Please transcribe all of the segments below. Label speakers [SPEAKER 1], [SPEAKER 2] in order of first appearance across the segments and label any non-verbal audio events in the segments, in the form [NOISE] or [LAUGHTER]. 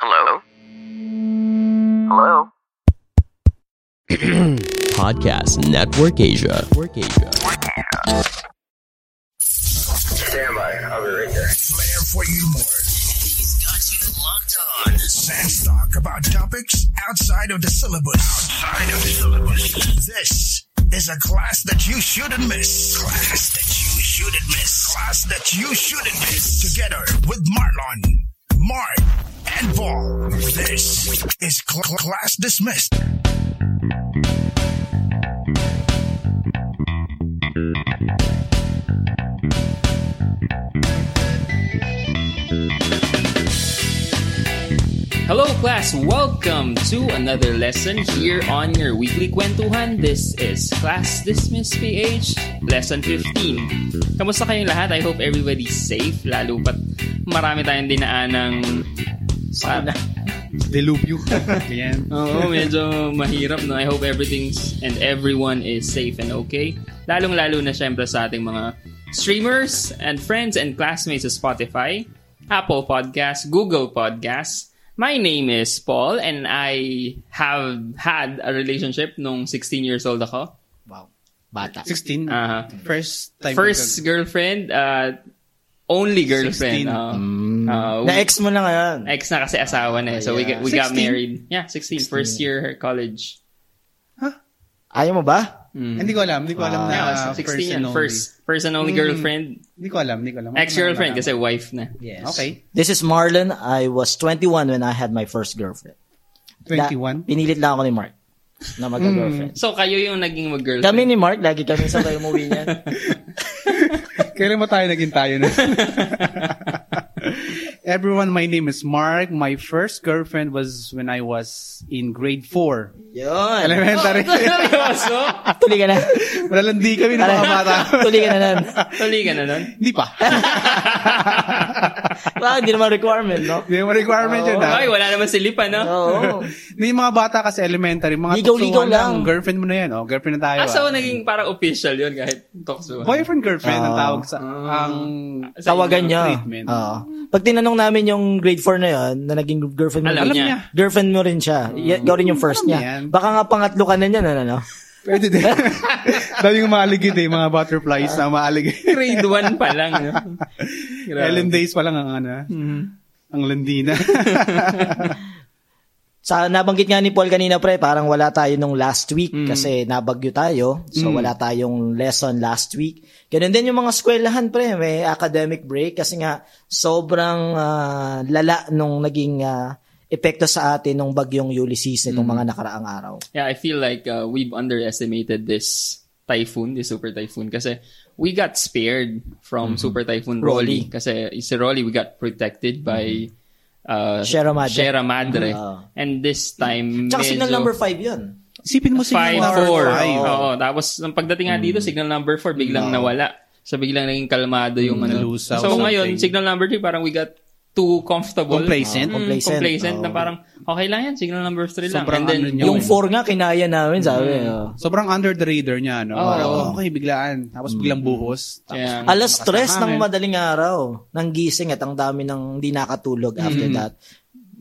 [SPEAKER 1] Hello? Hello?
[SPEAKER 2] Podcast Network Asia. Network Asia.
[SPEAKER 3] Stand by, I'll be right here.
[SPEAKER 4] Flair for humor. He's got you locked on. Sans talk about topics outside of the syllabus. Outside of the syllabus. This is a class that you shouldn't miss. Class that you shouldn't miss. Class that you shouldn't miss. Together with Marlon, Mark, and Paul. This is cl- cl- class dismissed.
[SPEAKER 5] Hello class, welcome to another lesson here on your weekly kwentuhan. This is Class Dismiss PH, Lesson 15. Kamusta kayong lahat? I hope everybody's safe, lalo pat marami tayong dinaanang... Sana.
[SPEAKER 6] Delubyo. Yan.
[SPEAKER 5] Oo, medyo mahirap no. I hope everything's and everyone is safe and okay. Lalong-lalo na syempre sa ating mga streamers and friends and classmates sa Spotify, Apple Podcasts, Google Podcasts. My name is Paul and I have had a relationship nung 16 years old ako.
[SPEAKER 7] Wow. Bata.
[SPEAKER 6] 16.
[SPEAKER 5] Ah.
[SPEAKER 6] First time.
[SPEAKER 5] First girlfriend, uh, only girlfriend.
[SPEAKER 6] 16.
[SPEAKER 5] Uh, uh,
[SPEAKER 7] Na-ex mo Mm. na ngayon.
[SPEAKER 5] ex na kasi asawa na eh. So we,
[SPEAKER 7] Yeah.
[SPEAKER 5] we got
[SPEAKER 6] 16?
[SPEAKER 5] married. Yeah, 16. First year college.
[SPEAKER 7] Ayaw mo ba?
[SPEAKER 5] Mm.
[SPEAKER 6] Hindi ko alam. Hindi ko alam na
[SPEAKER 5] Yeah,
[SPEAKER 6] uh,
[SPEAKER 5] 16
[SPEAKER 6] first
[SPEAKER 5] yan.
[SPEAKER 6] and only. Mm.
[SPEAKER 5] First, first and only girlfriend.
[SPEAKER 6] Hindi ko alam. Hindi ko alam. Ano
[SPEAKER 5] Ex-girlfriend kasi wife na.
[SPEAKER 7] Yes.
[SPEAKER 6] Okay.
[SPEAKER 7] This is Marlon. I was 21 when I had my first girlfriend. La-
[SPEAKER 6] 21.
[SPEAKER 7] pinilit lang ako ni Mark na magka-girlfriend.
[SPEAKER 5] So kayo yung naging
[SPEAKER 6] Hmm.
[SPEAKER 5] mag-girlfriend.
[SPEAKER 7] Kami ni Mark, lagi kami sabay umuwi
[SPEAKER 6] [LAUGHS]
[SPEAKER 7] niya.
[SPEAKER 6] Kailan ba tayo naging tayo na? [LAUGHS] Everyone, my name is Mark. My first girlfriend was when I was in grade 4.
[SPEAKER 7] Yun.
[SPEAKER 6] Elementary.
[SPEAKER 5] [LAUGHS] Oh, Seryoso?
[SPEAKER 7] Tuloy ka na.
[SPEAKER 6] [LAUGHS] Malalandi kami ng mga bata.
[SPEAKER 7] Tuloy ka na nun.
[SPEAKER 5] Tuloy ka na nun.
[SPEAKER 6] [LAUGHS] Hindi pa.
[SPEAKER 7] Wow, hindi naman requirement,
[SPEAKER 6] [LAUGHS]
[SPEAKER 7] no?
[SPEAKER 6] Hindi mo requirement yun. ah.
[SPEAKER 5] Ay, wala naman si ano? Lipa, no?
[SPEAKER 7] Oo.
[SPEAKER 6] May mga bata kasi elementary, mga
[SPEAKER 7] Ligaw-ligaw
[SPEAKER 6] tukso lang.
[SPEAKER 7] lang.
[SPEAKER 6] Girlfriend mo na yan, oh. Girlfriend na tayo.
[SPEAKER 5] Ah, so
[SPEAKER 6] ah.
[SPEAKER 5] naging parang official yun kahit talks mo.
[SPEAKER 6] Boyfriend, girlfriend ang tawag sa... ang...
[SPEAKER 5] Ah. Sa
[SPEAKER 7] Tawagan
[SPEAKER 5] inyo.
[SPEAKER 7] niya.
[SPEAKER 6] treatment.
[SPEAKER 7] Oo. Pag tinanong namin yung grade 4 na yun, na naging girlfriend mo,
[SPEAKER 5] Alam
[SPEAKER 6] Alam
[SPEAKER 5] niya.
[SPEAKER 6] niya.
[SPEAKER 7] girlfriend mo rin siya. Y- ikaw rin yung first
[SPEAKER 6] Alam
[SPEAKER 7] niya.
[SPEAKER 6] yan.
[SPEAKER 7] Baka nga pangatlo ka na niyan, ano, no?
[SPEAKER 6] Pwede [LAUGHS] din. Dami yung maaligid eh, mga butterflies na maaligid.
[SPEAKER 5] Grade 1 pa lang. no? Grabe.
[SPEAKER 6] Ellen days pa lang ang ano. Ang landina.
[SPEAKER 7] Sa nabanggit nga ni Paul kanina pre, parang wala tayo nung last week
[SPEAKER 6] Mm.
[SPEAKER 7] kasi nabagyo tayo. So wala tayong lesson last week. Ganun din yung mga eskwelahan pre, may academic break kasi nga sobrang ah, lala nung naging ah, epekto sa atin nung bagyong Ulysses nitong
[SPEAKER 6] Mm.
[SPEAKER 7] mga nakaraang araw.
[SPEAKER 5] Yeah, I feel like uh, we've underestimated this typhoon, this super typhoon kasi we got spared from super typhoon Rolly,
[SPEAKER 7] Rolly.
[SPEAKER 5] kasi si Rolly we got protected by uh,
[SPEAKER 7] Sierra Madre.
[SPEAKER 5] Sierra Madre.
[SPEAKER 7] Ah.
[SPEAKER 5] And this time
[SPEAKER 7] Tsaka signal
[SPEAKER 5] medyo-
[SPEAKER 7] number 5 yun.
[SPEAKER 6] [LAUGHS] Isipin mo
[SPEAKER 5] 5-4.
[SPEAKER 6] siya yung
[SPEAKER 5] Oo.
[SPEAKER 6] five.
[SPEAKER 5] Tapos, nung pagdating nga
[SPEAKER 6] Hmm.
[SPEAKER 5] dito, signal number 4, biglang nawala. So, biglang naging kalmado yung ano.
[SPEAKER 6] Hmm. nalusaw
[SPEAKER 5] So,
[SPEAKER 6] something.
[SPEAKER 5] ngayon, signal number 3, parang we got too comfortable.
[SPEAKER 6] Complacent.
[SPEAKER 5] Mm, complacent.
[SPEAKER 7] Complacent.
[SPEAKER 5] na parang, okay lang yan, signal number 3 lang.
[SPEAKER 6] Sobrang
[SPEAKER 5] And then,
[SPEAKER 6] ano niya.
[SPEAKER 7] Yung
[SPEAKER 6] Yun. Mm.
[SPEAKER 7] 4 nga kinaya namin sabi. oh.
[SPEAKER 6] Sobrang under the radar niya, no?
[SPEAKER 5] Oo.
[SPEAKER 6] Parang, okay, biglaan. Tapos biglang buhos. Tapos,
[SPEAKER 5] Yeah.
[SPEAKER 7] Alas tres ng
[SPEAKER 6] nakasama, eh.
[SPEAKER 7] madaling araw, nang gising at ang dami ng hindi nakatulog after
[SPEAKER 6] Mm.
[SPEAKER 7] that.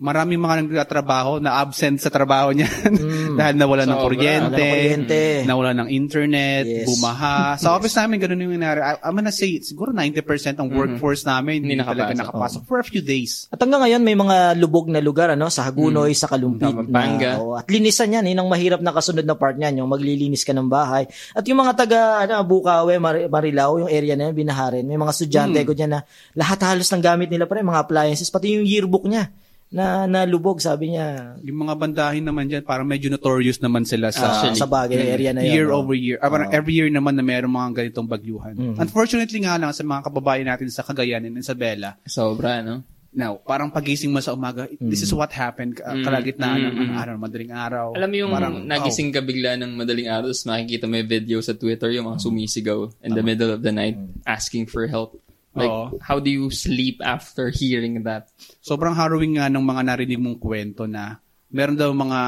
[SPEAKER 6] Maraming mga nagtatrabaho na absent sa trabaho niya. [LAUGHS] Dahil nawala ng
[SPEAKER 5] Sobra.
[SPEAKER 6] kuryente.
[SPEAKER 7] Wala Mm. ng kuryente.
[SPEAKER 6] Nawala ng internet.
[SPEAKER 7] Yes.
[SPEAKER 6] Bumaha. Sa office namin, ganun yung nangyari. I- I'm gonna say, siguro 90%
[SPEAKER 7] Mhm.
[SPEAKER 6] ng workforce namin
[SPEAKER 5] Hindi
[SPEAKER 6] hindi talaga
[SPEAKER 5] nakapasok.
[SPEAKER 6] nakapasok for a few days.
[SPEAKER 7] At hanggang ngayon may mga lubog na lugar ano sa Hagunoy, sa Kalumpit,
[SPEAKER 5] Mm. Sa Pampanga.
[SPEAKER 7] Na, oh, at linisan 'yan, yun ang mahirap na kasunod na part niyan, yung maglilinis ka ng bahay. At yung mga taga ano Bukawe, Mar- Marilao, yung area na yun,
[SPEAKER 5] Mm.
[SPEAKER 7] binaharin. May mga estudyante ko diyan na lahat halos ng gamit nila pre, mga appliances, pati yung yearbook niya. na nalubog, sabi niya.
[SPEAKER 6] Yung mga bandahin naman dyan, parang medyo notorious naman sila sa,
[SPEAKER 7] Ah,
[SPEAKER 6] Mm.
[SPEAKER 7] sa bagay, area na yun,
[SPEAKER 6] Year
[SPEAKER 7] no? Mhm.
[SPEAKER 6] over year. Ah, parang every year naman na meron mga ganitong bagyuhan. Unfortunately nga lang sa mga kababayan natin sa Cagayan and Isabela,
[SPEAKER 5] Sobra, no?
[SPEAKER 6] now,
[SPEAKER 7] Oh,
[SPEAKER 6] parang pagising mo sa umaga,
[SPEAKER 7] Mm.
[SPEAKER 6] this is what happened ka- kalagitnaan ng ano, araw, madaling araw.
[SPEAKER 5] Mm, Alam mo yung
[SPEAKER 6] Parang, oh,
[SPEAKER 5] nagising ka bigla ng madaling araw tapos makikita mo yung video sa Twitter yung mga sumisigaw in the middle of the night asking for help. Like,
[SPEAKER 6] Hmm. Oo.
[SPEAKER 5] how do you sleep after hearing that?
[SPEAKER 6] sobrang harrowing nga ng mga narinig mong kwento na meron daw mga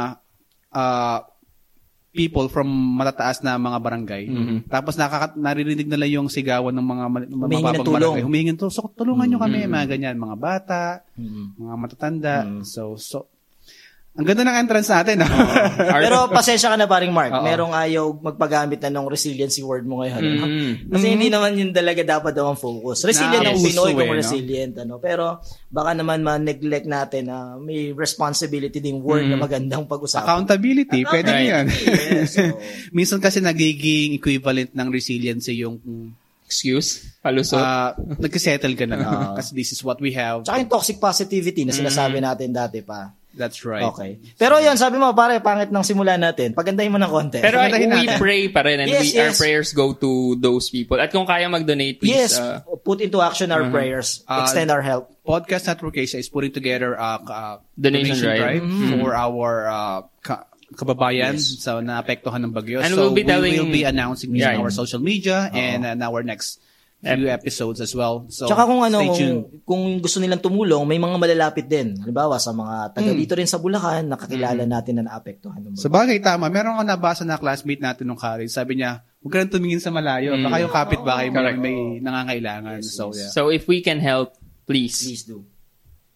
[SPEAKER 6] ah, people from matataas na mga barangay. Tapos nakaka- naririnig nila yung sigawan ng mga mal-
[SPEAKER 7] Humihingi Mm-hmm. ng
[SPEAKER 6] mababang
[SPEAKER 7] tulong. Mm-hmm.
[SPEAKER 6] barangay. Humingi ng tulong. So, tulungan nyo kami, mga ganyan. Mga bata, mga matatanda. So, so, ang ganda ng entrance natin. no?
[SPEAKER 7] Pero pasensya ka na paring
[SPEAKER 5] [LAUGHS]
[SPEAKER 7] Mark,
[SPEAKER 6] Oo.
[SPEAKER 7] merong ayaw magpagamit na ng resiliency word mo ngayon. ano?
[SPEAKER 5] Mm.
[SPEAKER 6] Hmm.
[SPEAKER 7] Kasi hindi naman yun talaga dapat daw ang focus. Resilient ang
[SPEAKER 6] Nauso
[SPEAKER 7] Pinoy
[SPEAKER 6] Mhm. eh,
[SPEAKER 7] kung
[SPEAKER 6] no?
[SPEAKER 7] resilient. Ano? Pero baka naman ma-neglect natin na may responsibility ding word
[SPEAKER 6] Mhm.
[SPEAKER 7] na magandang pag-usapan.
[SPEAKER 6] [LAUGHS] Accountability, pwede
[SPEAKER 5] Right.
[SPEAKER 6] yan.
[SPEAKER 7] Yes,
[SPEAKER 6] [LAUGHS]
[SPEAKER 7] oo.
[SPEAKER 6] Minsan kasi nagiging equivalent ng resiliency yung
[SPEAKER 5] Excuse? Palusot?
[SPEAKER 7] Ah,
[SPEAKER 6] uh, nagkasettle ka na. Kasi this is what we have.
[SPEAKER 7] Tsaka yung toxic positivity na sinasabi natin dati pa.
[SPEAKER 6] That's Mhm. right.
[SPEAKER 7] Okay. Pero yun, sabi mo, pare, pangit ng simula natin. Pagandahin mo ng konti.
[SPEAKER 5] Pero I-
[SPEAKER 6] Pagandahin
[SPEAKER 5] we
[SPEAKER 6] natin.
[SPEAKER 5] pray pa rin and
[SPEAKER 7] Yes,
[SPEAKER 5] we, our
[SPEAKER 7] yes.
[SPEAKER 5] prayers go to those people. At kung kaya mag-donate, please.
[SPEAKER 7] yes,
[SPEAKER 5] uh,
[SPEAKER 7] put into action our prayers.
[SPEAKER 6] Ah,
[SPEAKER 7] Extend our help.
[SPEAKER 6] Podcast Network Asia is putting together a uh,
[SPEAKER 5] Donation
[SPEAKER 6] donation,
[SPEAKER 5] drive.
[SPEAKER 6] drive, for our uh, ka- kababayan sa naapektuhan ng bagyo.
[SPEAKER 5] And
[SPEAKER 6] so
[SPEAKER 5] we'll be telling-
[SPEAKER 6] we will be announcing this
[SPEAKER 5] Yeah.
[SPEAKER 6] on our social media and in our next few episodes as well. So
[SPEAKER 7] Tsaka kung ano,
[SPEAKER 6] stay
[SPEAKER 7] kung,
[SPEAKER 6] tuned.
[SPEAKER 7] kung gusto nilang tumulong, may mga malalapit din. Halimbawa, sa mga taga dito rin sa Bulacan, nakakilala natin na naapektuhan. ng
[SPEAKER 6] Mhm. Sa bagay, tama. Meron akong nabasa na classmate natin nung college. Sabi niya, huwag ka nang tumingin sa malayo. Baka yung kapitbahay mo may nangangailangan. so, yeah.
[SPEAKER 5] So if we can help, please.
[SPEAKER 7] Please do.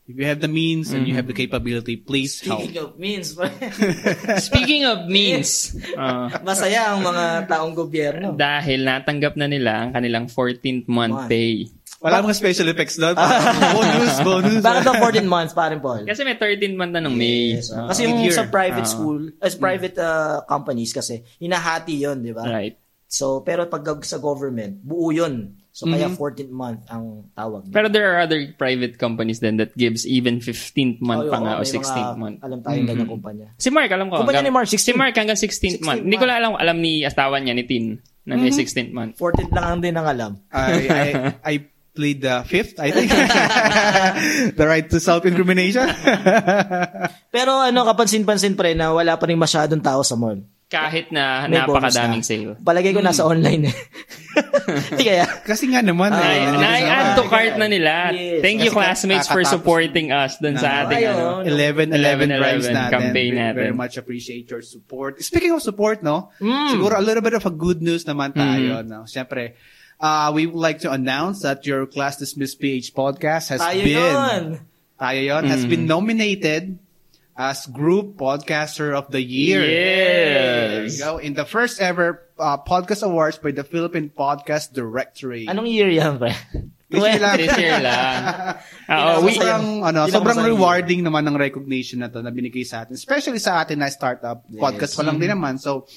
[SPEAKER 6] If you have the means and you have the capability, please help.
[SPEAKER 7] Speaking of means, [LAUGHS]
[SPEAKER 5] Speaking of means, uh,
[SPEAKER 7] masaya ang mga taong gobyerno.
[SPEAKER 5] dahil natanggap na nila ang kanilang 14th month
[SPEAKER 7] Month.
[SPEAKER 5] pay.
[SPEAKER 6] [LAUGHS] Wala mga special effects doon. bonus, bonus.
[SPEAKER 7] Bakit daw 14 months, parin Paul?
[SPEAKER 5] Kasi may 13th month na nung May.
[SPEAKER 7] Yes,
[SPEAKER 5] Uh,
[SPEAKER 7] ah. kasi yung
[SPEAKER 6] Year.
[SPEAKER 7] sa private school, as private ah, companies kasi, hinahati yon di
[SPEAKER 5] Mm.
[SPEAKER 7] ba?
[SPEAKER 5] right.
[SPEAKER 7] So, pero pag gag- sa government, buo yun. So, kaya 14th month ang tawag.
[SPEAKER 5] Mm-hmm. Pero there are other private companies then that gives even 15th month
[SPEAKER 7] Oo,
[SPEAKER 5] pa
[SPEAKER 7] oo,
[SPEAKER 5] nga o
[SPEAKER 7] Oh, may mga
[SPEAKER 5] 16th month. Mm-hmm.
[SPEAKER 7] Alam tayong mm kumpanya.
[SPEAKER 5] Si Mark, alam ko.
[SPEAKER 7] Kumpanya
[SPEAKER 5] hanggang-
[SPEAKER 7] ni Mark, 16th.
[SPEAKER 5] Si Mark hanggang 16th, month.
[SPEAKER 7] 16th
[SPEAKER 5] Hindi ko
[SPEAKER 7] month. Mm-hmm.
[SPEAKER 5] lang alam, alam ni asawa niya, ni Tin, na may 16th month.
[SPEAKER 7] 14 lang ang din ang alam.
[SPEAKER 6] [LAUGHS] I, I, I played the fifth, I think. [LAUGHS] the right to self-incrimination. [LAUGHS]
[SPEAKER 7] Pero ano, kapansin-pansin pre na wala pa rin masyadong tao sa mall.
[SPEAKER 5] Kahit na
[SPEAKER 7] May bonus
[SPEAKER 5] napakadaming
[SPEAKER 7] na.
[SPEAKER 5] sale. Mm.
[SPEAKER 7] Palagay ko nasa online
[SPEAKER 5] [LAUGHS]
[SPEAKER 7] eh. Di kaya.
[SPEAKER 6] Kasi nga naman.
[SPEAKER 7] Ay,
[SPEAKER 6] eh,
[SPEAKER 7] na-
[SPEAKER 5] Na-add to cart na nila.
[SPEAKER 7] Yes.
[SPEAKER 5] Thank you
[SPEAKER 6] Kasi
[SPEAKER 5] classmates for
[SPEAKER 6] kakatapos- oh.
[SPEAKER 5] supporting us dun sa ating
[SPEAKER 7] Ayun.
[SPEAKER 5] ano.
[SPEAKER 6] 11 11 drives
[SPEAKER 5] 11,
[SPEAKER 6] natin.
[SPEAKER 5] campaign
[SPEAKER 6] We
[SPEAKER 5] natin.
[SPEAKER 6] Very much appreciate your support. Speaking of support, no? Siguro a little bit of a good news naman tayo, no? Siyempre, uh, we would like to announce that your Class Dismiss PH podcast has
[SPEAKER 7] Tayo
[SPEAKER 6] been
[SPEAKER 7] yun.
[SPEAKER 6] tayo yun, has been nominated as Group Podcaster of the Year. There
[SPEAKER 5] Yes.
[SPEAKER 6] you go. In the first ever uh, podcast awards by the Philippine Podcast Directory.
[SPEAKER 7] Anong year yan
[SPEAKER 6] [LAUGHS]
[SPEAKER 7] pre?
[SPEAKER 6] This year lang.
[SPEAKER 5] This year lang. Oo,
[SPEAKER 7] Pinaka-
[SPEAKER 6] Ah, oh,
[SPEAKER 5] we,
[SPEAKER 6] sobrang, ano,
[SPEAKER 7] Hindi na
[SPEAKER 6] sobrang
[SPEAKER 7] masaya.
[SPEAKER 6] rewarding naman ng recognition na to na binigay sa atin. Especially sa atin na startup. Podcast pa lang din naman. So,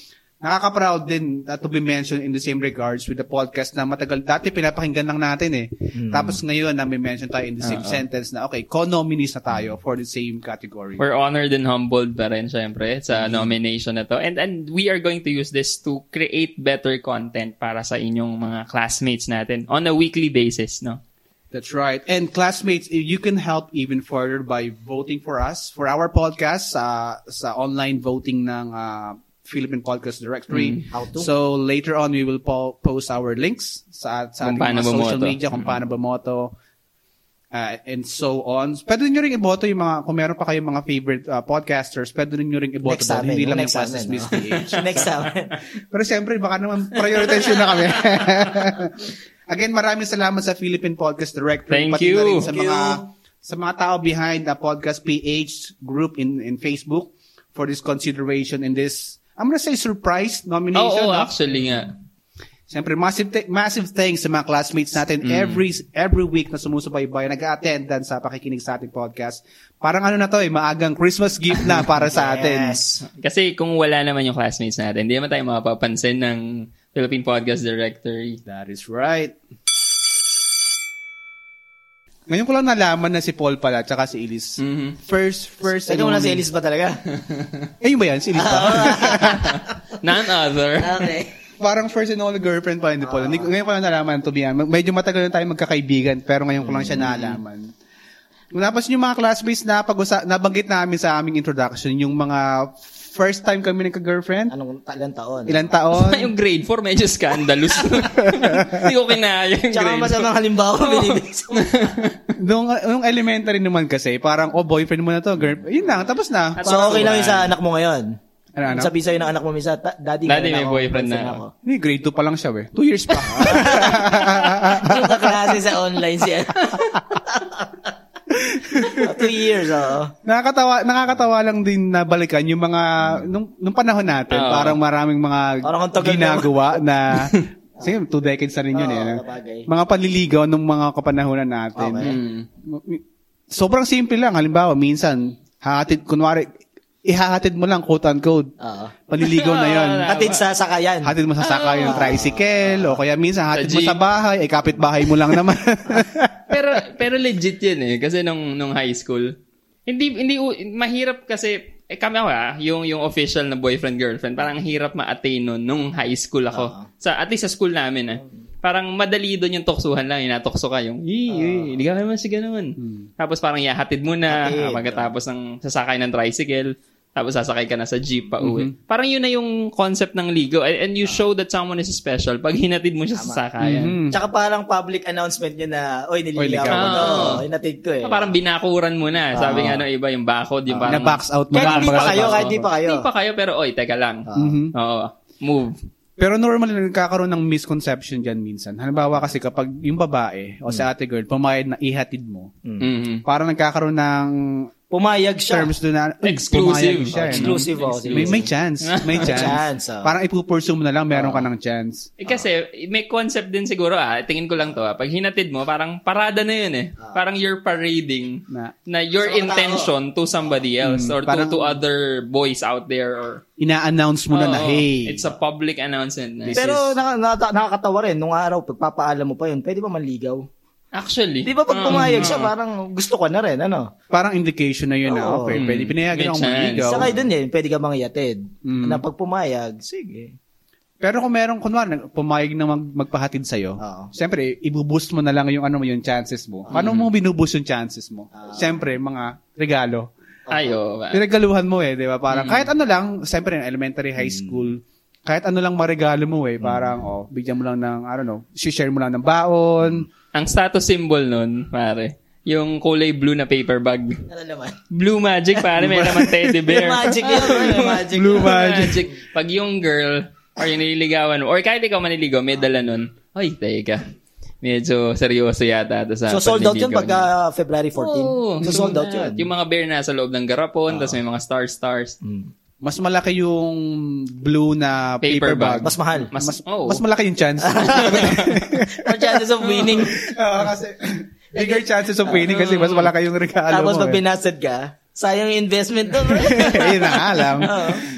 [SPEAKER 6] nakaka-proud din uh, to be mentioned in the same regards with the podcast na matagal dati pinapakinggan lang natin eh. Tapos ngayon na may mention tayo in the same sentence na okay, co-nominees na tayo for the same category.
[SPEAKER 5] we're honored and humbled pa rin, syempre, sa nomination na to. And, and we are going to use this to create better content para sa inyong mga classmates natin on a weekly basis, no?
[SPEAKER 6] That's right. And classmates, if you can help even further by voting for us for our podcast sa sa online voting ng ah, Philippine Podcast
[SPEAKER 5] Mm-hmm.
[SPEAKER 6] Directory.
[SPEAKER 7] How to?
[SPEAKER 6] So later on we will po- post our links sa sa
[SPEAKER 5] Kung
[SPEAKER 6] ating
[SPEAKER 5] paano
[SPEAKER 6] mga social
[SPEAKER 5] bumoto.
[SPEAKER 6] media kung paano bumoto. ah, and so on. Pwede nyo rin iboto yung mga, kung meron pa kayong mga favorite ah, podcasters, pwede rin nyo rin
[SPEAKER 7] [LAUGHS]
[SPEAKER 6] iboto
[SPEAKER 7] Next
[SPEAKER 6] doon.
[SPEAKER 7] amin.
[SPEAKER 6] Hindi lang yung
[SPEAKER 7] next
[SPEAKER 6] Classes
[SPEAKER 7] amin.
[SPEAKER 6] Miss
[SPEAKER 7] no?
[SPEAKER 6] PH.
[SPEAKER 7] [LAUGHS] Next
[SPEAKER 6] [LAUGHS]
[SPEAKER 7] amin.
[SPEAKER 6] Pero siyempre, baka naman prioritize yun na kami. [LAUGHS] Again, maraming salamat sa Philippine Podcast Directory.
[SPEAKER 5] Thank
[SPEAKER 6] pati
[SPEAKER 5] you.
[SPEAKER 6] na rin sa
[SPEAKER 7] Thank
[SPEAKER 6] mga
[SPEAKER 7] you.
[SPEAKER 6] sa mga tao behind the Podcast PH group in in Facebook for this consideration and this I'm gonna say surprise
[SPEAKER 5] Oo,
[SPEAKER 6] nomination. no?
[SPEAKER 5] actually nga.
[SPEAKER 6] Siyempre, massive, th- massive thanks sa mga classmates natin
[SPEAKER 5] Mm.
[SPEAKER 6] every every week na sumusubaybay, nag-attend sa pakikinig sa ating podcast. Parang ano na to eh, maagang Christmas gift na para sa
[SPEAKER 7] [LAUGHS]
[SPEAKER 6] atin.
[SPEAKER 7] Yes.
[SPEAKER 5] Kasi kung wala naman yung classmates natin, hindi naman tayo mapapansin ng Philippine Podcast Directory.
[SPEAKER 6] That is right. Ngayon ko lang nalaman na si Paul pala, tsaka si Elise. First, first,
[SPEAKER 7] Teka
[SPEAKER 6] and
[SPEAKER 7] muna Ah, si
[SPEAKER 6] only-
[SPEAKER 7] Elise ba
[SPEAKER 6] [LAUGHS]
[SPEAKER 7] talaga?
[SPEAKER 6] Eh, yun ba yan? Si Elise ba?
[SPEAKER 5] None other.
[SPEAKER 7] [LAUGHS]
[SPEAKER 5] [LAUGHS]
[SPEAKER 7] okay.
[SPEAKER 6] [LAUGHS] Parang first and only girlfriend pa ni Paul. Hindi- Ngayon ko lang nalaman, to be honest. Medyo matagal na tayo magkakaibigan, pero ngayon ko lang siya nalaman. Tapos yung mga classmates na pag nabanggit namin sa aming introduction, yung mga first time kami nagka-girlfriend,
[SPEAKER 7] Anong ilang taon?
[SPEAKER 6] ilan taon.
[SPEAKER 7] [LAUGHS]
[SPEAKER 5] yung grade 4, medyo scandalous. [LAUGHS] Hindi ko kinaya yung
[SPEAKER 7] Tsaka
[SPEAKER 5] grade
[SPEAKER 7] masamang
[SPEAKER 6] [LAUGHS]
[SPEAKER 7] halimbawa binibigay
[SPEAKER 6] Oh.
[SPEAKER 7] sa mga.
[SPEAKER 6] nung, nung elementary naman kasi, parang, oh, boyfriend mo na to, girl. Yun lang, tapos na.
[SPEAKER 5] At
[SPEAKER 7] [LAUGHS] So okay lang yun sa anak mo ngayon.
[SPEAKER 6] Ano, ano?
[SPEAKER 7] Sabi sa'yo ng anak mo misa, "Ta- daddy,
[SPEAKER 5] Daddy, may
[SPEAKER 7] meron ako,
[SPEAKER 5] boyfriend na ako."
[SPEAKER 6] Hindi, grade 2 pa lang siya, eh. Two years
[SPEAKER 7] [LAUGHS]
[SPEAKER 6] pa.
[SPEAKER 7] Yung [LAUGHS] kaklase sa online
[SPEAKER 6] [LAUGHS]
[SPEAKER 7] siya. Two years, oo.
[SPEAKER 6] nakakatawa, nakakatawa lang din na balikan yung mga, nung, nung panahon natin,
[SPEAKER 5] Oo.
[SPEAKER 6] parang maraming mga
[SPEAKER 7] Parang ang tagal [LAUGHS]
[SPEAKER 6] ginagawa na, sige, two decades na rin yun,
[SPEAKER 7] Oo,
[SPEAKER 6] eh. no?
[SPEAKER 7] kapagay.
[SPEAKER 6] Mga panliligaw ng mga kapanahonan natin.
[SPEAKER 7] Okay.
[SPEAKER 6] Sobrang simple lang. Halimbawa, minsan, hahatid, kunwari, ihahatid mo lang, quote-unquote,
[SPEAKER 7] Oo.
[SPEAKER 6] panliligaw na
[SPEAKER 5] [LAUGHS]
[SPEAKER 6] yun.
[SPEAKER 7] Hatid sa sakayan.
[SPEAKER 6] Hatid mo sa sakay ng tricycle o kaya minsan
[SPEAKER 5] Ah.
[SPEAKER 6] hatid
[SPEAKER 5] Sa
[SPEAKER 6] mo
[SPEAKER 5] jeep.
[SPEAKER 6] sa bahay, eh kapit bahay mo lang
[SPEAKER 5] [LAUGHS]
[SPEAKER 6] naman.
[SPEAKER 5] pero pero legit 'yun eh kasi nung nung high school. Hindi hindi u- mahirap kasi eh, kami ako ah, yung yung official na boyfriend girlfriend, parang hirap ma-attain nun nung high school ako. Sa at least sa school namin ah. Parang madali doon yung tuksuhan lang, inatukso ka yung, "Ee, hindi ka naman si ganoon." Tapos parang yahatid mo na
[SPEAKER 7] Hatid,
[SPEAKER 5] ah, pagkatapos ng sasakay ng tricycle, tapos sasakay ka na sa jeep pa uwi. Parang yun na yung concept ng ligo. And, and you show that someone is special pag hinatid mo siya sa sakayan.
[SPEAKER 6] Mm-hmm. Mhm.
[SPEAKER 7] Tsaka parang public announcement niya na, oy, nililigaw
[SPEAKER 6] ligaw
[SPEAKER 7] ko
[SPEAKER 5] ako.
[SPEAKER 7] to.
[SPEAKER 5] Oo.
[SPEAKER 7] Hinatid ko eh.
[SPEAKER 5] Ah, parang binakuran mo na. Sabi
[SPEAKER 7] Ah.
[SPEAKER 5] nga ano iba, yung bakod, yung parang...
[SPEAKER 6] na box out mo
[SPEAKER 7] kahit
[SPEAKER 6] lang.
[SPEAKER 7] hindi pa
[SPEAKER 6] Bakas-
[SPEAKER 7] kayo, kahit hindi pa Ah, kayo. Ah.
[SPEAKER 5] Hindi pa kayo, pero oy, teka lang.
[SPEAKER 6] Mhm.
[SPEAKER 5] Oo. Move.
[SPEAKER 6] Pero normal na nagkakaroon ng misconception dyan minsan. Halimbawa kasi kapag yung babae o
[SPEAKER 7] Mm.
[SPEAKER 6] sa ate girl, pumayad na ihatid mo,
[SPEAKER 5] Mhm.
[SPEAKER 7] Ah.
[SPEAKER 6] parang nagkakaroon ng
[SPEAKER 7] Pumayag siya.
[SPEAKER 6] terms doon na "Uy,
[SPEAKER 5] Exclusive.
[SPEAKER 6] pumayag siya, eh, no?"
[SPEAKER 7] Exclusive ako.
[SPEAKER 6] May, may chance.
[SPEAKER 7] [LAUGHS]
[SPEAKER 6] May chance.
[SPEAKER 7] chance, Oh. ah.
[SPEAKER 6] Parang ipupursue mo na lang, meron ka ng chance.
[SPEAKER 5] Eh, kasi may concept din siguro ah, tingin ko lang to ah. Pag hinatid mo, parang parada na yun eh. Parang you're parading
[SPEAKER 6] Na-
[SPEAKER 5] na, your
[SPEAKER 7] Ah. Sa mga Mm-hmm.
[SPEAKER 5] intention to somebody else or
[SPEAKER 6] parang-
[SPEAKER 5] to, to other boys out there or...
[SPEAKER 6] Ina-announce mo na na,
[SPEAKER 7] Oh.
[SPEAKER 5] Oo,
[SPEAKER 6] hey.
[SPEAKER 5] It's a public announcement. na-
[SPEAKER 7] Pero naka- naka- nakakatawa rin, nung araw, pagpapaalam mo pa yun, pwede ba manligaw?
[SPEAKER 5] Actually. um,
[SPEAKER 7] Di ba pag
[SPEAKER 5] oo,
[SPEAKER 7] pumayag
[SPEAKER 5] oo.
[SPEAKER 7] siya, parang gusto ko na rin, ano?
[SPEAKER 6] Parang indication na yun na,
[SPEAKER 7] Oo.
[SPEAKER 6] okay,
[SPEAKER 5] May
[SPEAKER 6] pwede pinayagan akong
[SPEAKER 5] chance.
[SPEAKER 6] maligaw.
[SPEAKER 7] Saka dun yun, eh, pwede ka mga yatid.
[SPEAKER 6] Mm.
[SPEAKER 7] Na pag pumayag, sige.
[SPEAKER 6] Pero kung meron, kunwari, nag- pumayag na mag, magpahatid sa'yo,
[SPEAKER 7] Oo.
[SPEAKER 6] siyempre, ibuboost mo na lang yung, ano, mo, yung chances mo. Paano mo binuboost yung chances mo? Siyempre, mga regalo.
[SPEAKER 5] Ay, oo.
[SPEAKER 6] Niregaluhan mo eh, di ba? Parang kahit ano lang, siyempre, elementary, high school, kahit ano lang maregalo mo eh, parang, oh, bigyan mo lang ng, I don't know, share mo lang ng baon.
[SPEAKER 5] Ang status symbol nun, pare, yung kulay blue na paper bag.
[SPEAKER 7] Ano naman?
[SPEAKER 5] [LAUGHS] Blue magic, pare. May naman teddy bear.
[SPEAKER 7] Blue [LAUGHS] magic yun, eh. blue magic.
[SPEAKER 6] Blue
[SPEAKER 5] Blue [LAUGHS]
[SPEAKER 6] magic.
[SPEAKER 5] magic. Pag yung girl, or yung nililigawan mo, or kahit ikaw maniligaw, may dala nun. Ay, teka. Medyo seryoso yata ito sa
[SPEAKER 7] So sold out yun
[SPEAKER 5] pagliligaw niya.
[SPEAKER 7] pagka February 14.
[SPEAKER 5] Oo,
[SPEAKER 7] so sold out
[SPEAKER 5] yun.
[SPEAKER 7] yun.
[SPEAKER 5] Yung mga bear nasa loob ng garapon, tas may mga star-stars.
[SPEAKER 7] Mm.
[SPEAKER 6] Mas malaki yung blue na
[SPEAKER 5] Paper
[SPEAKER 6] paper,
[SPEAKER 5] bag.
[SPEAKER 6] bag.
[SPEAKER 7] Mas mahal.
[SPEAKER 5] Mas, oh.
[SPEAKER 6] Mas malaki yung chance.
[SPEAKER 7] Or chances of
[SPEAKER 6] [LAUGHS]
[SPEAKER 7] winning.
[SPEAKER 6] Oo, kasi bigger chances of winning kasi mas malaki yung regalo
[SPEAKER 7] Tapos
[SPEAKER 6] mo.
[SPEAKER 7] pag
[SPEAKER 6] eh. [LAUGHS]
[SPEAKER 7] binasted ka, sayang yung investment doon.
[SPEAKER 6] Ayun na nga
[SPEAKER 7] [LAUGHS]
[SPEAKER 6] lang.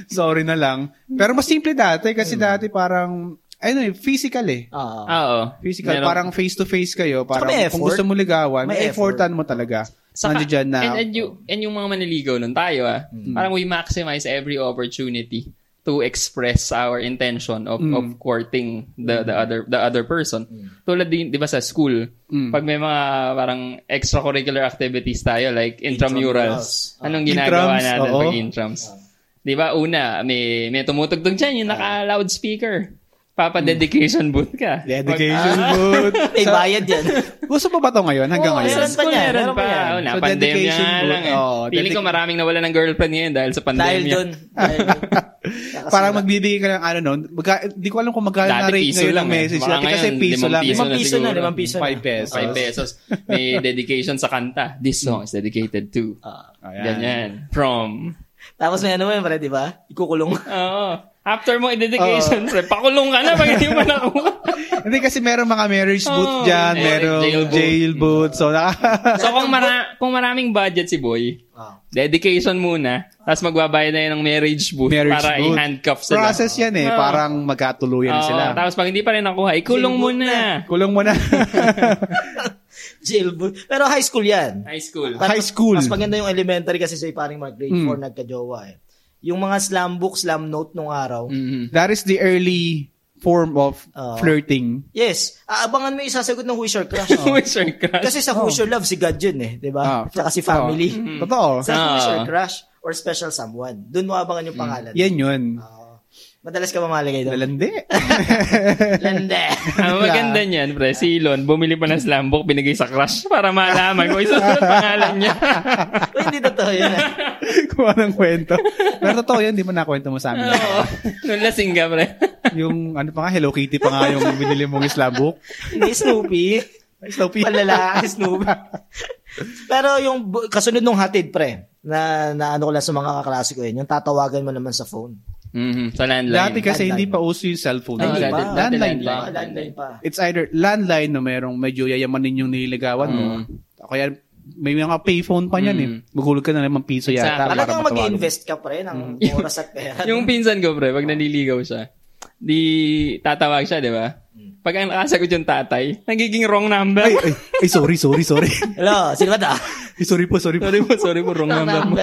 [SPEAKER 6] Sorry na lang. Pero mas simple dati
[SPEAKER 5] Hmm.
[SPEAKER 6] kasi dati parang, ano eh, physical eh.
[SPEAKER 7] Oo.
[SPEAKER 5] Oo.
[SPEAKER 6] Physical,
[SPEAKER 5] Meron-
[SPEAKER 6] parang face-to-face kayo. Parang
[SPEAKER 7] may
[SPEAKER 6] kung
[SPEAKER 7] effort.
[SPEAKER 6] gusto mo ligawan,
[SPEAKER 7] May
[SPEAKER 6] may
[SPEAKER 7] effort.
[SPEAKER 6] effortan mo talaga.
[SPEAKER 5] Saka-
[SPEAKER 6] Nandiyan dyan na, Mm.
[SPEAKER 5] And, and, you- and yung mga maniligaw nun tayo, ah, parang we maximize every opportunity to express our intention
[SPEAKER 6] Mm.
[SPEAKER 5] of of courting the the other the other person. Tulad din 'di ba sa school,
[SPEAKER 6] Mm.
[SPEAKER 5] pag may mga parang extracurricular activities tayo like intramurals. Anong ginagawa
[SPEAKER 6] Ah. Intrams,
[SPEAKER 5] natin
[SPEAKER 6] oo.
[SPEAKER 5] pag intrams? 'Di ba una, may may tumutugtog diyan yung naka-loudspeaker. Papa dedication booth ka.
[SPEAKER 6] Mm. dedication booth.
[SPEAKER 7] May bayad yan.
[SPEAKER 6] Gusto pa ba ito ngayon? Hanggang
[SPEAKER 7] Ah. Oo,
[SPEAKER 6] ngayon?
[SPEAKER 7] meron
[SPEAKER 6] [LAUGHS]
[SPEAKER 7] pa niya,
[SPEAKER 5] Meron
[SPEAKER 7] meron pa niya.
[SPEAKER 5] Oh, na,
[SPEAKER 6] So,
[SPEAKER 5] pandemya
[SPEAKER 6] dedication
[SPEAKER 5] nga
[SPEAKER 6] bro.
[SPEAKER 5] lang eh.
[SPEAKER 6] Oo,
[SPEAKER 5] Feeling
[SPEAKER 6] dedic-
[SPEAKER 5] ko maraming nawala ng girlfriend ngayon dahil sa pandemya.
[SPEAKER 7] Dahil doon. Dahil dun.
[SPEAKER 6] Parang magbibigay ka ng ano nun. Magka, di ko alam kung magkano na
[SPEAKER 5] Dati
[SPEAKER 6] rate
[SPEAKER 5] piso
[SPEAKER 6] ngayon ng
[SPEAKER 5] lang eh.
[SPEAKER 6] message.
[SPEAKER 5] Baka
[SPEAKER 6] Dati kasi
[SPEAKER 5] ngayon,
[SPEAKER 6] piso
[SPEAKER 5] limang
[SPEAKER 6] lang. eh.
[SPEAKER 5] piso
[SPEAKER 7] Limang
[SPEAKER 5] na
[SPEAKER 7] piso na,
[SPEAKER 5] siguro.
[SPEAKER 7] limang piso na.
[SPEAKER 6] Five pesos.
[SPEAKER 5] 5 pesos.
[SPEAKER 6] [LAUGHS]
[SPEAKER 5] May dedication sa kanta. This song is dedicated to.
[SPEAKER 6] Ah,
[SPEAKER 7] Ah.
[SPEAKER 6] Ayan.
[SPEAKER 5] Ganyan. From.
[SPEAKER 7] Tapos may ano yun, pre, di ba? Ikukulong.
[SPEAKER 5] Oo. After mo i-dedication, pre, [LAUGHS] pakulong ka na pag hindi mo
[SPEAKER 6] [LAUGHS]
[SPEAKER 5] nakuha.
[SPEAKER 6] Hindi kasi meron mga Oh, marriage booth
[SPEAKER 5] Oo,
[SPEAKER 6] dyan,
[SPEAKER 5] meron
[SPEAKER 6] merong
[SPEAKER 5] jail
[SPEAKER 6] jail
[SPEAKER 5] booth.
[SPEAKER 6] booth. So, naka-
[SPEAKER 5] so kung, mara- kung maraming budget si boy,
[SPEAKER 7] [LAUGHS] Wow.
[SPEAKER 5] dedication muna, tapos magbabayad na yun ng marriage booth
[SPEAKER 6] [LAUGHS] marriage
[SPEAKER 5] para
[SPEAKER 6] booth.
[SPEAKER 5] i-handcuff sila.
[SPEAKER 6] Process yan eh.
[SPEAKER 5] Oo.
[SPEAKER 6] Parang magkatuluyan
[SPEAKER 7] Ah,
[SPEAKER 5] Oo,
[SPEAKER 6] sila.
[SPEAKER 7] [LAUGHS]
[SPEAKER 5] Tapos pag hindi pa rin nakuha, ikulong
[SPEAKER 7] Jail
[SPEAKER 5] mo
[SPEAKER 7] booth
[SPEAKER 5] na.
[SPEAKER 6] Kulong mo na.
[SPEAKER 7] Jailbird. Pero high school yan.
[SPEAKER 5] High school.
[SPEAKER 7] Mas-
[SPEAKER 6] [LAUGHS] High school.
[SPEAKER 7] Mas maganda yung elementary kasi sa paring mga grade 4 nagka-jowa eh. Yung mga slam book, slam note nung araw.
[SPEAKER 6] Hmm. That is the early form of
[SPEAKER 7] Oo.
[SPEAKER 6] flirting.
[SPEAKER 7] Yes. Aabangan mo yung sasagot ng Who's Your Crush. oh.
[SPEAKER 5] Who's your crush?
[SPEAKER 7] Kasi sa Who's Your Love, si God yun eh.
[SPEAKER 6] Ah,
[SPEAKER 7] Diba? Tsaka si
[SPEAKER 6] oh.
[SPEAKER 7] family.
[SPEAKER 6] Totoo.
[SPEAKER 7] Sa Who's
[SPEAKER 5] Ah.
[SPEAKER 7] Your Crush or Special Someone. Doon mo abangan yung pangalan.
[SPEAKER 6] Yan yun.
[SPEAKER 7] Oo. Madalas ka mamalagay doon.
[SPEAKER 6] Lalandi. [LAUGHS]
[SPEAKER 7] Lande.
[SPEAKER 5] Ang maganda niyan, pre, si Elon, bumili pa ng slam book, binigay sa crush para malaman kung isusunod ang pangalan niya.
[SPEAKER 7] [LAUGHS] Uy, hindi totoo yun. ah.
[SPEAKER 6] Kuha ng kwento. Pero totoo yun, di mo nakwento mo sa amin.
[SPEAKER 7] Ah.
[SPEAKER 5] Oo. Nung lasing ka, pre.
[SPEAKER 6] yung ano pa nga, Hello Kitty pa nga yung binili mong islam book.
[SPEAKER 7] Hindi Snoopy.
[SPEAKER 6] Sloppy.
[SPEAKER 7] Palala, [LAUGHS] Snoopy. Pero yung bu- kasunod nung hatid, pre, na, na ano ko lang sa mga kaklase ko yun, yung tatawagan mo naman sa phone.
[SPEAKER 5] Mhm, sa landline.
[SPEAKER 6] Dati
[SPEAKER 7] Landline.
[SPEAKER 6] kasi
[SPEAKER 7] Ah,
[SPEAKER 6] hindi pa uso yung cellphone.
[SPEAKER 5] Ay,
[SPEAKER 7] hindi
[SPEAKER 6] Landline.
[SPEAKER 7] pa.
[SPEAKER 6] Landline,
[SPEAKER 5] Dati
[SPEAKER 6] lang.
[SPEAKER 7] Ah,
[SPEAKER 5] eh.
[SPEAKER 7] landline pa.
[SPEAKER 6] It's either landline na merong medyo yayamanin yung nililigawan mo. O Kaya may mga payphone pa niyan
[SPEAKER 5] Mm.
[SPEAKER 6] eh. Maghulog ka na naman piso
[SPEAKER 5] Exactly.
[SPEAKER 6] yata. para
[SPEAKER 7] Talagang
[SPEAKER 6] matawagan.
[SPEAKER 7] mag-invest ka, pre, ng oras at pera.
[SPEAKER 5] Mm. [LAUGHS]
[SPEAKER 7] [LAUGHS]
[SPEAKER 5] Yung pinsan ko, pre, pag naliligaw siya, di tatawag siya, di ba? Pag ang nakasagot yung tatay, nagiging wrong number.
[SPEAKER 6] Ay, ay, ay, sorry, sorry, sorry. [LAUGHS]
[SPEAKER 7] Hello, sino ba ta?
[SPEAKER 6] Ay, sorry po, sorry po.
[SPEAKER 5] [LAUGHS] sorry po, sorry po, wrong number mo.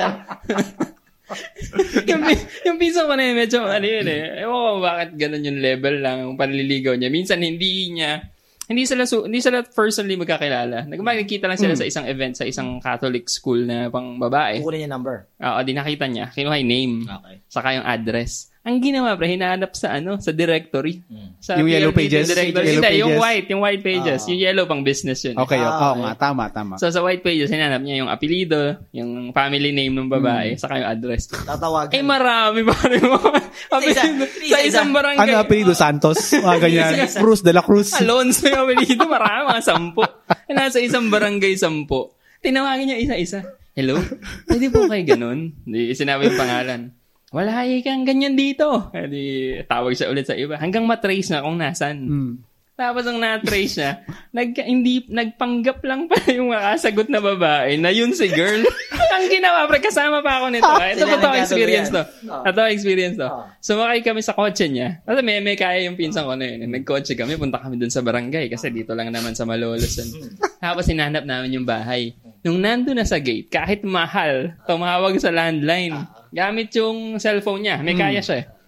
[SPEAKER 5] yung, pi- yung pinsan ko na yun, medyo, ano yun eh, ewan ko bakit ganun yung level lang, yung panliligaw niya. Minsan, hindi niya, hindi sila, su- hindi sila personally magkakilala. Nagmakikita lang sila sa isang event, sa isang Catholic school na pang babae.
[SPEAKER 7] Kukunin niya number.
[SPEAKER 5] Oo, di nakita niya. Kinuha yung name.
[SPEAKER 7] Okay.
[SPEAKER 5] Saka yung address. Ang ginawa, pre, hinahanap sa ano, sa directory. Sa
[SPEAKER 6] Yung yellow
[SPEAKER 5] PLDT
[SPEAKER 6] pages?
[SPEAKER 5] Directory.
[SPEAKER 6] Yellow
[SPEAKER 5] Hindi, yung
[SPEAKER 6] pages?
[SPEAKER 5] white, yung white pages.
[SPEAKER 7] Ah.
[SPEAKER 5] Yung yellow pang business yun.
[SPEAKER 6] Okay,
[SPEAKER 7] Ah,
[SPEAKER 6] oo
[SPEAKER 7] okay.
[SPEAKER 6] nga, tama, tama.
[SPEAKER 5] So, sa white pages, hinanap niya yung apelido, yung family name ng
[SPEAKER 6] Hmm.
[SPEAKER 5] babae, saka yung address.
[SPEAKER 7] Tatawagan.
[SPEAKER 5] Eh, marami pa rin mo.
[SPEAKER 7] Isa-isa.
[SPEAKER 5] apelido.
[SPEAKER 7] Isa-isa.
[SPEAKER 5] sa isang barangay. Ah,
[SPEAKER 6] ano apelido? Santos?
[SPEAKER 5] [LAUGHS]
[SPEAKER 6] Mga ganyan.
[SPEAKER 7] Isa-isa.
[SPEAKER 6] Cruz de la Cruz.
[SPEAKER 5] Alonso yung apelido. Marami, mga sampo. Eh, Nasa isang barangay, sampo. Tinawagin niya isa-isa. Hello? Pwede po kayo ganun? Di, sinabi yung pangalan. Wala eh, kang ganyan dito. Eh, Di, tawag siya ulit sa iba. Hanggang matrace na kung nasan.
[SPEAKER 6] Mm.
[SPEAKER 5] Tapos ang na-trace niya, nag, hindi, nagpanggap lang pa yung makasagot na babae na yun si
[SPEAKER 7] [LAUGHS]
[SPEAKER 5] girl. ang ginawa, pre, kasama pa ako nito. Ah, ito
[SPEAKER 7] Sila
[SPEAKER 5] totoo
[SPEAKER 7] nagkatuluyan.
[SPEAKER 5] experience to.
[SPEAKER 7] Ah.
[SPEAKER 5] Ito experience to.
[SPEAKER 7] Ah.
[SPEAKER 5] Sumakay kami sa kotse niya. Kasi may, may kaya yung pinsan ko na yun. Nagkotse kami, punta kami dun sa barangay kasi dito lang naman sa Malolos.
[SPEAKER 7] [LAUGHS]
[SPEAKER 5] Tapos hinanap namin yung bahay. Nung nando na sa gate, kahit mahal, tumawag sa landline.
[SPEAKER 7] Ah.
[SPEAKER 5] Gamit yung cellphone niya. May kaya siya eh.
[SPEAKER 7] Hmm.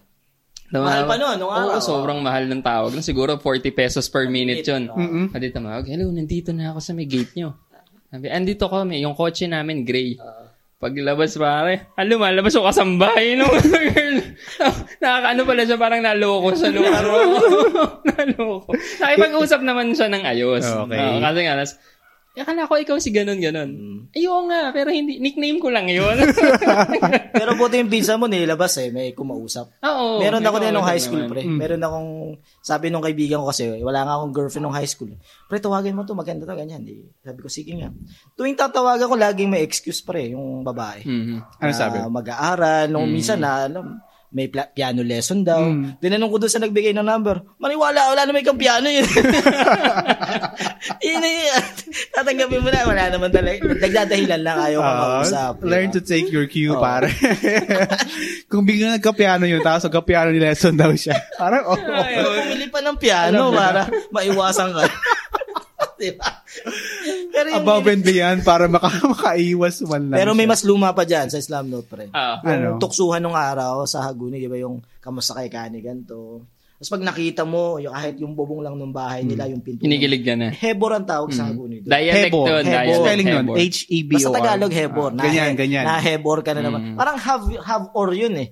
[SPEAKER 7] Mahal pa nun, nung
[SPEAKER 5] Oo,
[SPEAKER 7] araw.
[SPEAKER 5] sobrang mahal ng tawag. nun. Siguro 40 pesos per minute yun. Mm-hmm. tumawag, hello, nandito na ako sa may gate nyo. Sabi, andito kami, yung kotse namin, gray. Paglabas pare, ah, lumalabas yung kasambahay nung girl. [LAUGHS] Nakakaano pala siya, parang naloko sa lugar. naloko. Nakipag-usap naman siya ng ayos.
[SPEAKER 6] Oh, Okay.
[SPEAKER 5] Oo,
[SPEAKER 6] Mm.
[SPEAKER 5] kasi nga, nas, akala ko ikaw si ganun ganun. Ayoko nga, pero hindi, nickname ko lang
[SPEAKER 6] [LAUGHS]
[SPEAKER 5] yun. [LAUGHS]
[SPEAKER 7] Pero buti yung pinsa mo nilabas eh, may kumausap.
[SPEAKER 5] Oo.
[SPEAKER 7] Meron ako
[SPEAKER 5] may
[SPEAKER 7] na nung
[SPEAKER 5] kawalan
[SPEAKER 7] high school,
[SPEAKER 5] naman.
[SPEAKER 7] pre. Meron akong, sabi nung kaibigan ko kasi, wala nga akong girlfriend nung high school. Pre, tawagin mo to, maganda to, ganyan. Di, sabi ko, sige nga. Tuwing tatawagan ko, laging may excuse, pre, yung babae.
[SPEAKER 5] Mhm.
[SPEAKER 6] Ano
[SPEAKER 7] Na
[SPEAKER 6] sabi? Mm.
[SPEAKER 7] Mag-aaral, nung minsan na, alam, may pla- piano lesson daw. Tinanong ko doon sa nagbigay ng number, maniwala, wala naman kang piano
[SPEAKER 6] [LAUGHS]
[SPEAKER 7] yun. yun na yun. Tatanggapin mo na, wala naman talaga. Nagdadahilan lang, ayaw ka
[SPEAKER 6] Ah,
[SPEAKER 7] mausap.
[SPEAKER 6] learn to take your cue, pare. [LAUGHS] Kung biglang nagka-piano yun, tapos nagka-piano ni lesson daw siya. Parang, oh, oo.
[SPEAKER 5] Ay, oo.
[SPEAKER 7] Pumili pa ng piano para maiwasan
[SPEAKER 6] [LAUGHS]
[SPEAKER 7] ka. diba? Pero, yung-
[SPEAKER 6] Above and beyond para maka- [LAUGHS] makaiwas man lang.
[SPEAKER 7] pero may
[SPEAKER 6] siya.
[SPEAKER 7] mas luma pa dyan sa Islam Note, pre.
[SPEAKER 5] Ah.
[SPEAKER 6] Ano?
[SPEAKER 7] Yung tuksuhan nung araw sa Haguni, di ba yung kamusta kay Kani ganito. Tapos pag nakita mo, yung, kahit yung bubong lang ng bahay nila,
[SPEAKER 6] Hmm.
[SPEAKER 7] yung pinto.
[SPEAKER 5] Hinigilig ka na.
[SPEAKER 7] Hebor ang tawag sa Haguni. doon.
[SPEAKER 5] Dialect
[SPEAKER 6] Hebor.
[SPEAKER 5] yun.
[SPEAKER 7] Hebor.
[SPEAKER 5] dialect,
[SPEAKER 6] Spelling nun, E
[SPEAKER 5] Hebor.
[SPEAKER 6] H-E-B-O-R.
[SPEAKER 7] Basta Tagalog, Hebor.
[SPEAKER 6] Ah, ganyan,
[SPEAKER 7] na,
[SPEAKER 6] ganyan. Hmm.
[SPEAKER 7] Na Hebor ka na naman. Parang have, have or yun eh.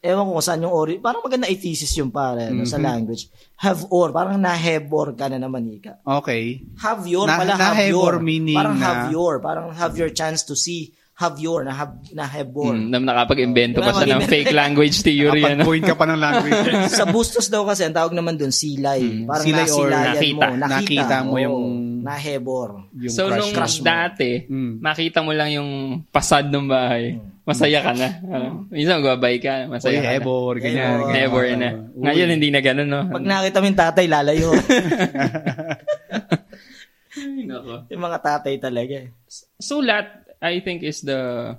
[SPEAKER 7] Ewan ko kung saan yung or. Parang maganda ay thesis yung pare no, sa
[SPEAKER 6] Mm-hmm.
[SPEAKER 7] language. Have or. Parang na Hebor ka na naman, Ika.
[SPEAKER 6] Okay.
[SPEAKER 7] have your
[SPEAKER 6] Na-
[SPEAKER 7] pala have your
[SPEAKER 6] nahebor meaning
[SPEAKER 7] parang
[SPEAKER 6] na-
[SPEAKER 7] have your parang have your chance to see have your na have na hebor
[SPEAKER 5] Mm, nam- nakapag-invento pa siya ng
[SPEAKER 7] Nakapag-invento.
[SPEAKER 5] fake language theory. ano?
[SPEAKER 6] Kapag-coin ka pa ng language.
[SPEAKER 7] sa bustos daw kasi ang tawag naman doon silay parang
[SPEAKER 6] Mm. Silay or
[SPEAKER 7] nasilayan
[SPEAKER 5] nakita.
[SPEAKER 7] mo nakita,
[SPEAKER 6] Nakita mo
[SPEAKER 7] oo,
[SPEAKER 6] yung- Mm.
[SPEAKER 7] na hebor
[SPEAKER 5] [LAUGHS]
[SPEAKER 6] Yung
[SPEAKER 5] so,
[SPEAKER 6] crush
[SPEAKER 5] nung
[SPEAKER 6] crush mo.
[SPEAKER 5] dati,
[SPEAKER 6] Mm.
[SPEAKER 5] ano? makita mo lang yung pasad ng bahay. Masaya ka na. Ano? Minsan gabay ka,
[SPEAKER 6] Uy,
[SPEAKER 5] masaya ka na.
[SPEAKER 6] Hebor, ganyan.
[SPEAKER 7] Hebor.
[SPEAKER 6] ganyan.
[SPEAKER 5] Ever na.
[SPEAKER 6] Uy.
[SPEAKER 5] Ngayon, hindi na ganun, no?
[SPEAKER 7] pag nakita mo yung tatay lalayo [LAUGHS]
[SPEAKER 5] Ay, nako.
[SPEAKER 7] yung mga tatay talaga eh.
[SPEAKER 5] Sulat, I think, is the...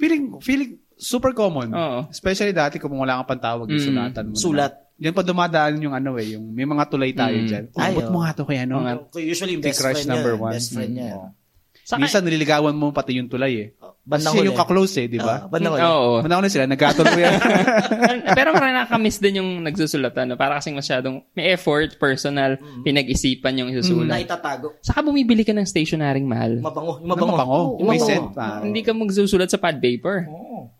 [SPEAKER 6] Feeling, feeling super common.
[SPEAKER 5] Oo.
[SPEAKER 6] Especially dati kung wala kang pantawag yung
[SPEAKER 5] Mm.
[SPEAKER 6] sulatan mo. na.
[SPEAKER 7] sulat
[SPEAKER 6] Diyan pa dumadaan yung ano eh, yung may mga tulay tayo
[SPEAKER 5] Mm.
[SPEAKER 6] dyan.
[SPEAKER 7] Ay,
[SPEAKER 6] Oh, ba't
[SPEAKER 7] oh.
[SPEAKER 6] mo nga to kaya no?
[SPEAKER 7] Okay, Usually, yung
[SPEAKER 6] Kay
[SPEAKER 7] best
[SPEAKER 6] crush
[SPEAKER 7] friend
[SPEAKER 6] number
[SPEAKER 7] niya,
[SPEAKER 6] one.
[SPEAKER 7] Best friend niya. Oh,
[SPEAKER 6] Mm. Minsan nililigawan mo pati yung tulay eh.
[SPEAKER 7] Bandang
[SPEAKER 6] Kasi
[SPEAKER 7] huli.
[SPEAKER 6] yung kaklose eh, di
[SPEAKER 7] Ah,
[SPEAKER 6] ba?
[SPEAKER 7] bandang huli.
[SPEAKER 5] Oo.
[SPEAKER 6] Uh, Manakon
[SPEAKER 7] [LAUGHS]
[SPEAKER 6] sila, nagkatuloy.
[SPEAKER 5] Pero parang nakakamiss din yung nagsusulatan. No? Para kasing masyadong may effort, personal,
[SPEAKER 6] Mm.
[SPEAKER 5] pinag-isipan yung
[SPEAKER 7] Na
[SPEAKER 5] isusulat.
[SPEAKER 7] itatago.
[SPEAKER 5] Saka bumibili ka ng stationaring mahal.
[SPEAKER 7] Mabango. Yung
[SPEAKER 6] Mabango.
[SPEAKER 7] mabango.
[SPEAKER 6] Mabango.
[SPEAKER 7] Oo,
[SPEAKER 6] May
[SPEAKER 7] mabango.
[SPEAKER 6] scent ah. pa.
[SPEAKER 5] Hindi ka magsusulat sa pad paper.
[SPEAKER 7] Oo.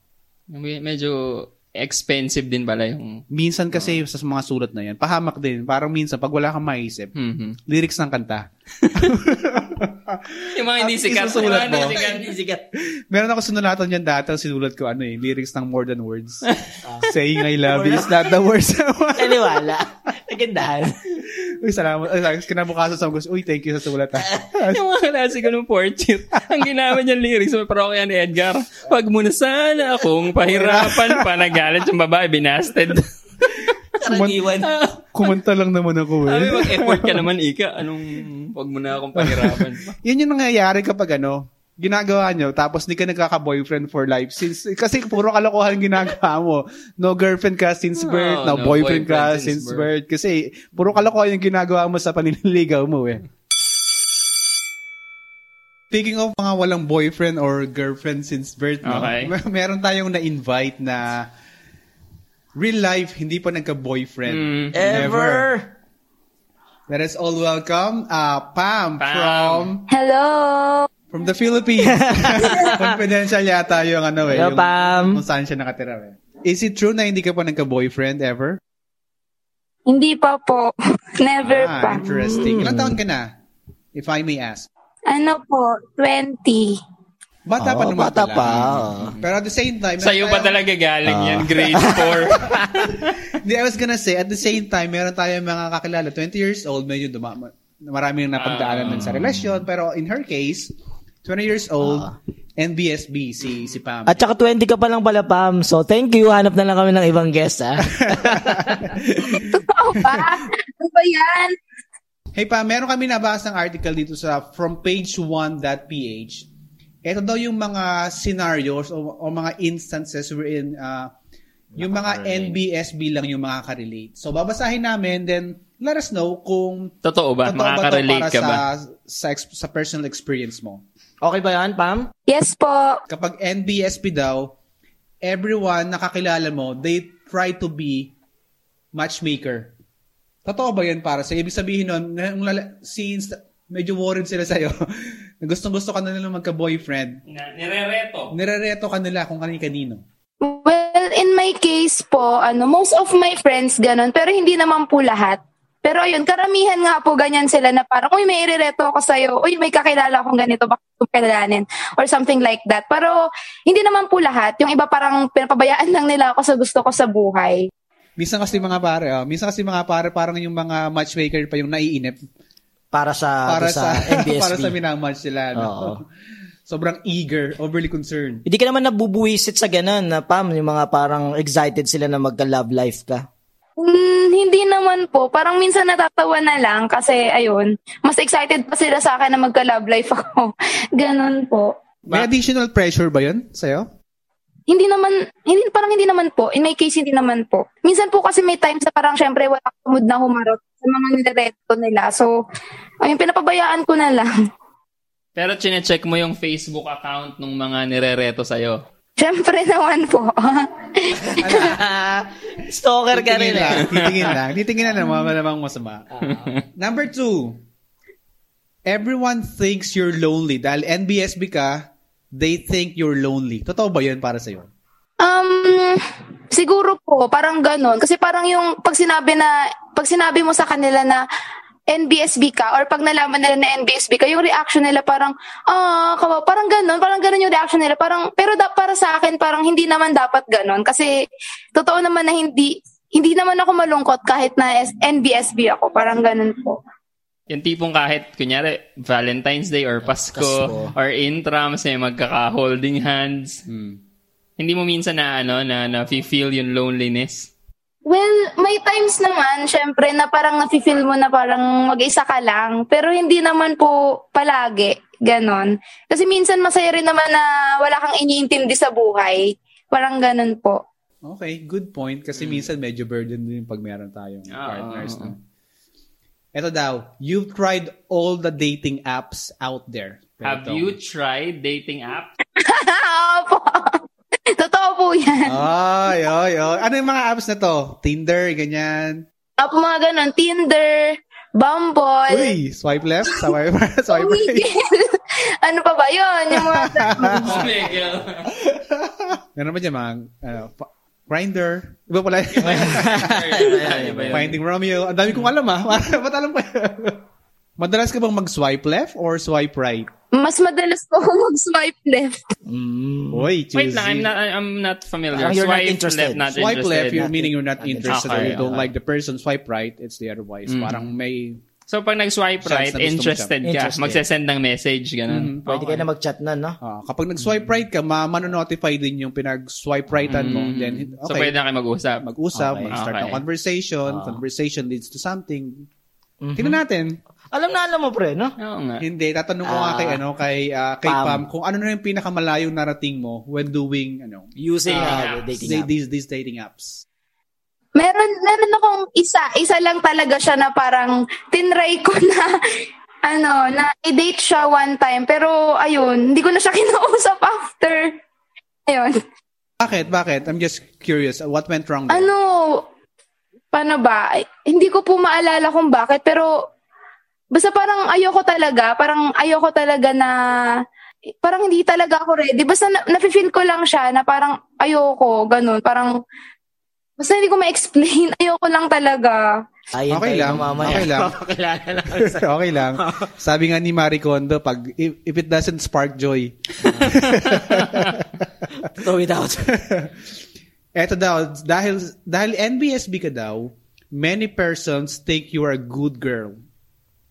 [SPEAKER 5] Med- Medyo expensive din pala yung...
[SPEAKER 6] Minsan kasi sa mga sulat na yan, pahamak din. Parang minsan, pag wala kang maisip,
[SPEAKER 5] Mhm.
[SPEAKER 6] lyrics ng kanta.
[SPEAKER 5] Yung mga hindi
[SPEAKER 6] At
[SPEAKER 5] sikat. Yung
[SPEAKER 6] isusulat
[SPEAKER 5] mga hindi
[SPEAKER 6] mo.
[SPEAKER 5] sikat.
[SPEAKER 7] Hindi sikat.
[SPEAKER 6] Meron ako sinulatan yan dati, ang sinulat ko ano eh, lyrics ng More Than Words. Saying I love you is not the worst. [LAUGHS]
[SPEAKER 7] [LAUGHS] Naniwala. Nagandahan.
[SPEAKER 6] Uy, salamat. Ay, salamat. Kinabukasan sa gusto, uy, thank you sa sulat. ah."
[SPEAKER 5] Yung mga klasiko ng portrait. Ang ginawa niyang lyrics sa parokya ni Edgar. Wag mo na sana akong pahirapan pa nagalit yung babae. Binasted.
[SPEAKER 7] Karaniwan.
[SPEAKER 6] Kumanta lang naman ako
[SPEAKER 5] Sabi,
[SPEAKER 6] eh.
[SPEAKER 5] mag-effort ka naman, Ika. Anong wag mo na akong pahirapan pa.
[SPEAKER 6] Yun yung nangyayari kapag ano, ginagawa nyo, tapos di ka nagkaka-boyfriend for life. Since, kasi puro kalokohan ginagawa mo. No girlfriend ka since
[SPEAKER 5] Oo,
[SPEAKER 6] birth, no,
[SPEAKER 5] Ah, no
[SPEAKER 6] boyfriend, ka
[SPEAKER 5] boyfriend
[SPEAKER 6] since
[SPEAKER 5] since
[SPEAKER 6] birth. Kasi puro kalokohan yung ginagawa mo sa paniniligaw mo eh. Speaking of mga walang boyfriend or girlfriend since birth, no?
[SPEAKER 5] Okay.
[SPEAKER 6] mer- [LAUGHS] meron tayong na-invite na real life, hindi pa
[SPEAKER 5] Mm.
[SPEAKER 6] nagka-boyfriend.
[SPEAKER 7] Ever.
[SPEAKER 6] Let us all welcome uh, Pam,
[SPEAKER 5] Pam.
[SPEAKER 6] from
[SPEAKER 1] Hello!
[SPEAKER 6] From the
[SPEAKER 5] [LAUGHS]
[SPEAKER 6] Philippines. Confidential yata yung ano eh.
[SPEAKER 7] Hello,
[SPEAKER 6] yung,
[SPEAKER 5] um,
[SPEAKER 7] Pam.
[SPEAKER 6] Kung saan siya nakatira eh. Is it true na hindi ka pa nagka-boyfriend ever?
[SPEAKER 1] Hindi pa po. [LAUGHS] Never
[SPEAKER 6] Ah,
[SPEAKER 1] pa.
[SPEAKER 6] interesting. Ilang taon ka na? If I may ask.
[SPEAKER 1] Ano po? 20.
[SPEAKER 6] Bata
[SPEAKER 7] Oo,
[SPEAKER 6] pa
[SPEAKER 7] Ah,
[SPEAKER 6] naman
[SPEAKER 7] bata
[SPEAKER 6] pala.
[SPEAKER 7] pa.
[SPEAKER 6] Pero at the same time...
[SPEAKER 5] Sa'yo ba
[SPEAKER 6] meron tayong-
[SPEAKER 5] talaga galing
[SPEAKER 6] Ah.
[SPEAKER 5] yan? Grade 4.
[SPEAKER 6] Hindi, I was gonna say, at the same time, meron tayong mga kakilala. 20 years old, medyo dumama. Marami yung
[SPEAKER 5] Ah.
[SPEAKER 6] napagdaanan nun sa relasyon. Pero in her case, 20 years old,
[SPEAKER 7] Ah.
[SPEAKER 6] NBSB, si, si Pam.
[SPEAKER 7] At saka 20 ka pa lang pala, Pam. So, thank you. Hanap na lang kami ng ibang guest,
[SPEAKER 6] [LAUGHS]
[SPEAKER 7] ah.
[SPEAKER 1] Totoo ba? ano ba yan?
[SPEAKER 6] Hey pa, meron kami nabasang article dito sa from page1.ph. Ito daw yung mga scenarios o, o mga instances wherein uh, yung mga NBSB lang yung makakarelate. So babasahin namin then let us know kung
[SPEAKER 5] Totoo ba?
[SPEAKER 6] totoo ba to
[SPEAKER 5] Makaka-relate
[SPEAKER 6] para
[SPEAKER 5] ka ba?
[SPEAKER 6] sa, sa, ex- sa personal experience mo.
[SPEAKER 7] Okay ba yan, Pam?
[SPEAKER 1] Yes po.
[SPEAKER 6] Kapag NBSB daw, everyone nakakilala mo, they try to be matchmaker. Totoo ba yan para sa Ibig sabihin nun, na- yung lala- since medyo worried sila sa'yo, [LAUGHS] na gustong-gusto ka na nila magka-boyfriend,
[SPEAKER 5] Nirereto.
[SPEAKER 6] nirereto ka nila kung kanino-kanino.
[SPEAKER 1] Well, in my case po, ano, most of my friends ganun, pero hindi naman po lahat. Pero ayun, karamihan nga po ganyan sila na parang, uy, may irereto ako sa'yo, uy, may kakilala akong ganito, bakit ko kilalanin? Or something like that. Pero hindi naman po lahat. Yung iba parang pinapabayaan lang nila ako sa gusto ko sa buhay.
[SPEAKER 6] Minsan kasi mga pare, oh, minsan kasi mga pare, parang yung mga matchmaker pa yung naiinip
[SPEAKER 7] Para sa,
[SPEAKER 6] para
[SPEAKER 7] sa,
[SPEAKER 6] sa, [LAUGHS]
[SPEAKER 7] NBSB.
[SPEAKER 6] para sa minamatch sila. no?
[SPEAKER 7] Oo.
[SPEAKER 6] [LAUGHS] Sobrang eager, overly concerned.
[SPEAKER 7] Hindi ka naman nabubuwisit sa ganun, na Pam, yung mga parang excited sila na magka-love life ka.
[SPEAKER 1] Mm, hindi naman po. Parang minsan natatawa na lang kasi ayun, mas excited pa sila sa akin na magka-love life [LAUGHS] ako. Ganun po.
[SPEAKER 6] May additional pressure ba yun sa'yo?
[SPEAKER 1] Hindi naman, hindi, parang hindi naman po. In my case, hindi naman po. Minsan po kasi may times na parang syempre wala akong mood na humarot sa mga nireto nila. So, ayun, pinapabayaan ko na lang. [LAUGHS]
[SPEAKER 5] Pero chinecheck mo yung Facebook account ng mga nirereto sa'yo.
[SPEAKER 1] Syempre naman po. [LAUGHS]
[SPEAKER 7] [LAUGHS] Stalker ka rin,
[SPEAKER 6] Titingin lang,
[SPEAKER 7] eh.
[SPEAKER 6] titingin lang. Titingin lang naman, malamang masama. Number two, everyone thinks you're lonely. Dahil NBSB ka, they think you're lonely. Totoo ba yun para sa'yo?
[SPEAKER 1] Um, siguro po, parang ganun. Kasi parang yung pag sinabi na, pag sinabi mo sa kanila na NBSB ka or pag nalaman nila na NBSB ka, yung reaction nila parang, ah, kawa, parang ganun, parang ganun yung reaction nila. Parang, pero da, para sa akin, parang hindi naman dapat ganun. Kasi, totoo naman na hindi, hindi naman ako malungkot kahit na S- NBSB ako. Parang ganun po.
[SPEAKER 5] Yung tipong kahit, kunyari, Valentine's Day or Pasko,
[SPEAKER 7] Pasko.
[SPEAKER 5] or intrams, may magkaka-holding hands.
[SPEAKER 7] Hmm.
[SPEAKER 5] Hindi mo minsan na, ano, na, na feel yung loneliness.
[SPEAKER 1] Well, may times naman, syempre, na parang nafe-feel mo na parang mag-isa ka lang. Pero hindi naman po palagi ganon. Kasi minsan masaya rin naman na wala kang iniintindi sa buhay. Parang ganon po. [LAUGHS]
[SPEAKER 6] Okay, good point. Kasi minsan medyo burden din pag meron tayong
[SPEAKER 5] Hmm. Ah,
[SPEAKER 6] partners.
[SPEAKER 5] oo.
[SPEAKER 6] na. Ito daw, you've tried all the dating apps out there. Pero
[SPEAKER 5] Have
[SPEAKER 6] ito-
[SPEAKER 5] you tried dating
[SPEAKER 6] [LAUGHS]
[SPEAKER 5] app?
[SPEAKER 1] Opo. Totoo po yan.
[SPEAKER 6] Ay, ay, ay. Ano yung mga apps na to? Tinder, ganyan.
[SPEAKER 1] Opo, mga ganun. Tinder, Bumble.
[SPEAKER 6] Uy, swipe left, swipe right, [LAUGHS] swipe right.
[SPEAKER 1] Wiggle. [LAUGHS] ano pa ba yun? Yung mga
[SPEAKER 5] [LAUGHS] Miguel.
[SPEAKER 6] Meron ba dyan mga, ano, pa- Grindr. Iba pala. [LAUGHS]
[SPEAKER 5] Ano
[SPEAKER 6] Finding Romeo. Ang dami kong alam [LAUGHS] ah. Ba't alam ko yun? Madalas ka bang mag-swipe left or swipe right?
[SPEAKER 1] mas madalas po ako mag-swipe left.
[SPEAKER 6] Uy,
[SPEAKER 5] Wait
[SPEAKER 6] choosy.
[SPEAKER 5] lang, I'm not, I'm not familiar.
[SPEAKER 7] Parang Ah, you're not
[SPEAKER 5] Swipe
[SPEAKER 7] interested.
[SPEAKER 5] Left, not
[SPEAKER 6] Swipe
[SPEAKER 5] interested.
[SPEAKER 6] left, you're meaning you're not
[SPEAKER 7] Not
[SPEAKER 5] interested.
[SPEAKER 6] interested or you
[SPEAKER 5] Okay,
[SPEAKER 6] don't
[SPEAKER 7] okay.
[SPEAKER 6] like the person. Swipe right, it's the otherwise.
[SPEAKER 5] uh-huh. Mm.
[SPEAKER 6] Parang may...
[SPEAKER 5] So pag nag-swipe
[SPEAKER 6] Chance
[SPEAKER 5] right,
[SPEAKER 6] na gusto mo siya. Mm-hmm.
[SPEAKER 5] interested ka.
[SPEAKER 7] Interested.
[SPEAKER 5] Magsasend ng message, ganun.
[SPEAKER 7] Pwede kayo na mag-chat nun, no?
[SPEAKER 6] ah, kapag nag-swipe right ka, ma- manonotify din yung pinag-swipe rightan mo. Then, okay.
[SPEAKER 5] Mm-hmm. Mm. So pwede na kayo mag-usap.
[SPEAKER 6] mag-usap,
[SPEAKER 7] Okay.
[SPEAKER 6] mag-start
[SPEAKER 5] Okay.
[SPEAKER 6] ng
[SPEAKER 5] Ah. Mm-hmm.
[SPEAKER 6] conversation, conversation leads to something. Tingnan natin.
[SPEAKER 7] Mhm. Alam na alam mo, pre, no?
[SPEAKER 5] Oo nga.
[SPEAKER 6] Hindi, tatanong ko nga
[SPEAKER 7] Ah.
[SPEAKER 6] kay, ano, kay, ah, kay
[SPEAKER 7] Pam.
[SPEAKER 6] Pam. kung ano na yung pinakamalayong narating mo when doing ano,
[SPEAKER 7] Using
[SPEAKER 5] Ah,
[SPEAKER 7] uh, dating
[SPEAKER 6] say,
[SPEAKER 7] app.
[SPEAKER 6] these, these dating apps.
[SPEAKER 1] Meron, meron akong isa. Isa lang talaga siya na parang tinry ko na [LAUGHS] ano, na i-date siya one time. Pero ayun, hindi ko na siya [LAUGHS] kinausap after. Ayun.
[SPEAKER 6] Bakit? Bakit? I'm just curious. What went wrong? there?
[SPEAKER 1] Ano, paano ba? Ay, Hindi ko po maalala kung bakit, pero basta parang ayoko talaga, parang ayoko talaga na, parang hindi talaga ako ready. Basta na, nafe-feel ko lang siya na parang ayoko, ganun, parang, basta hindi ko ma-explain, [LAUGHS] ayoko lang talaga.
[SPEAKER 7] Ayan
[SPEAKER 6] Okay
[SPEAKER 7] tayo
[SPEAKER 6] lang.
[SPEAKER 7] mamaya.
[SPEAKER 6] Okay lang.
[SPEAKER 7] Papakilala
[SPEAKER 6] [LAUGHS]
[SPEAKER 7] lang.
[SPEAKER 6] okay lang. Sabi nga ni Marie Kondo, pag, if, if it doesn't spark joy.
[SPEAKER 7] [LAUGHS] Throw it
[SPEAKER 6] [LAUGHS]
[SPEAKER 7] out.
[SPEAKER 6] Eto daw, dahil, dahil NBSB ka daw, many persons think you are a good girl.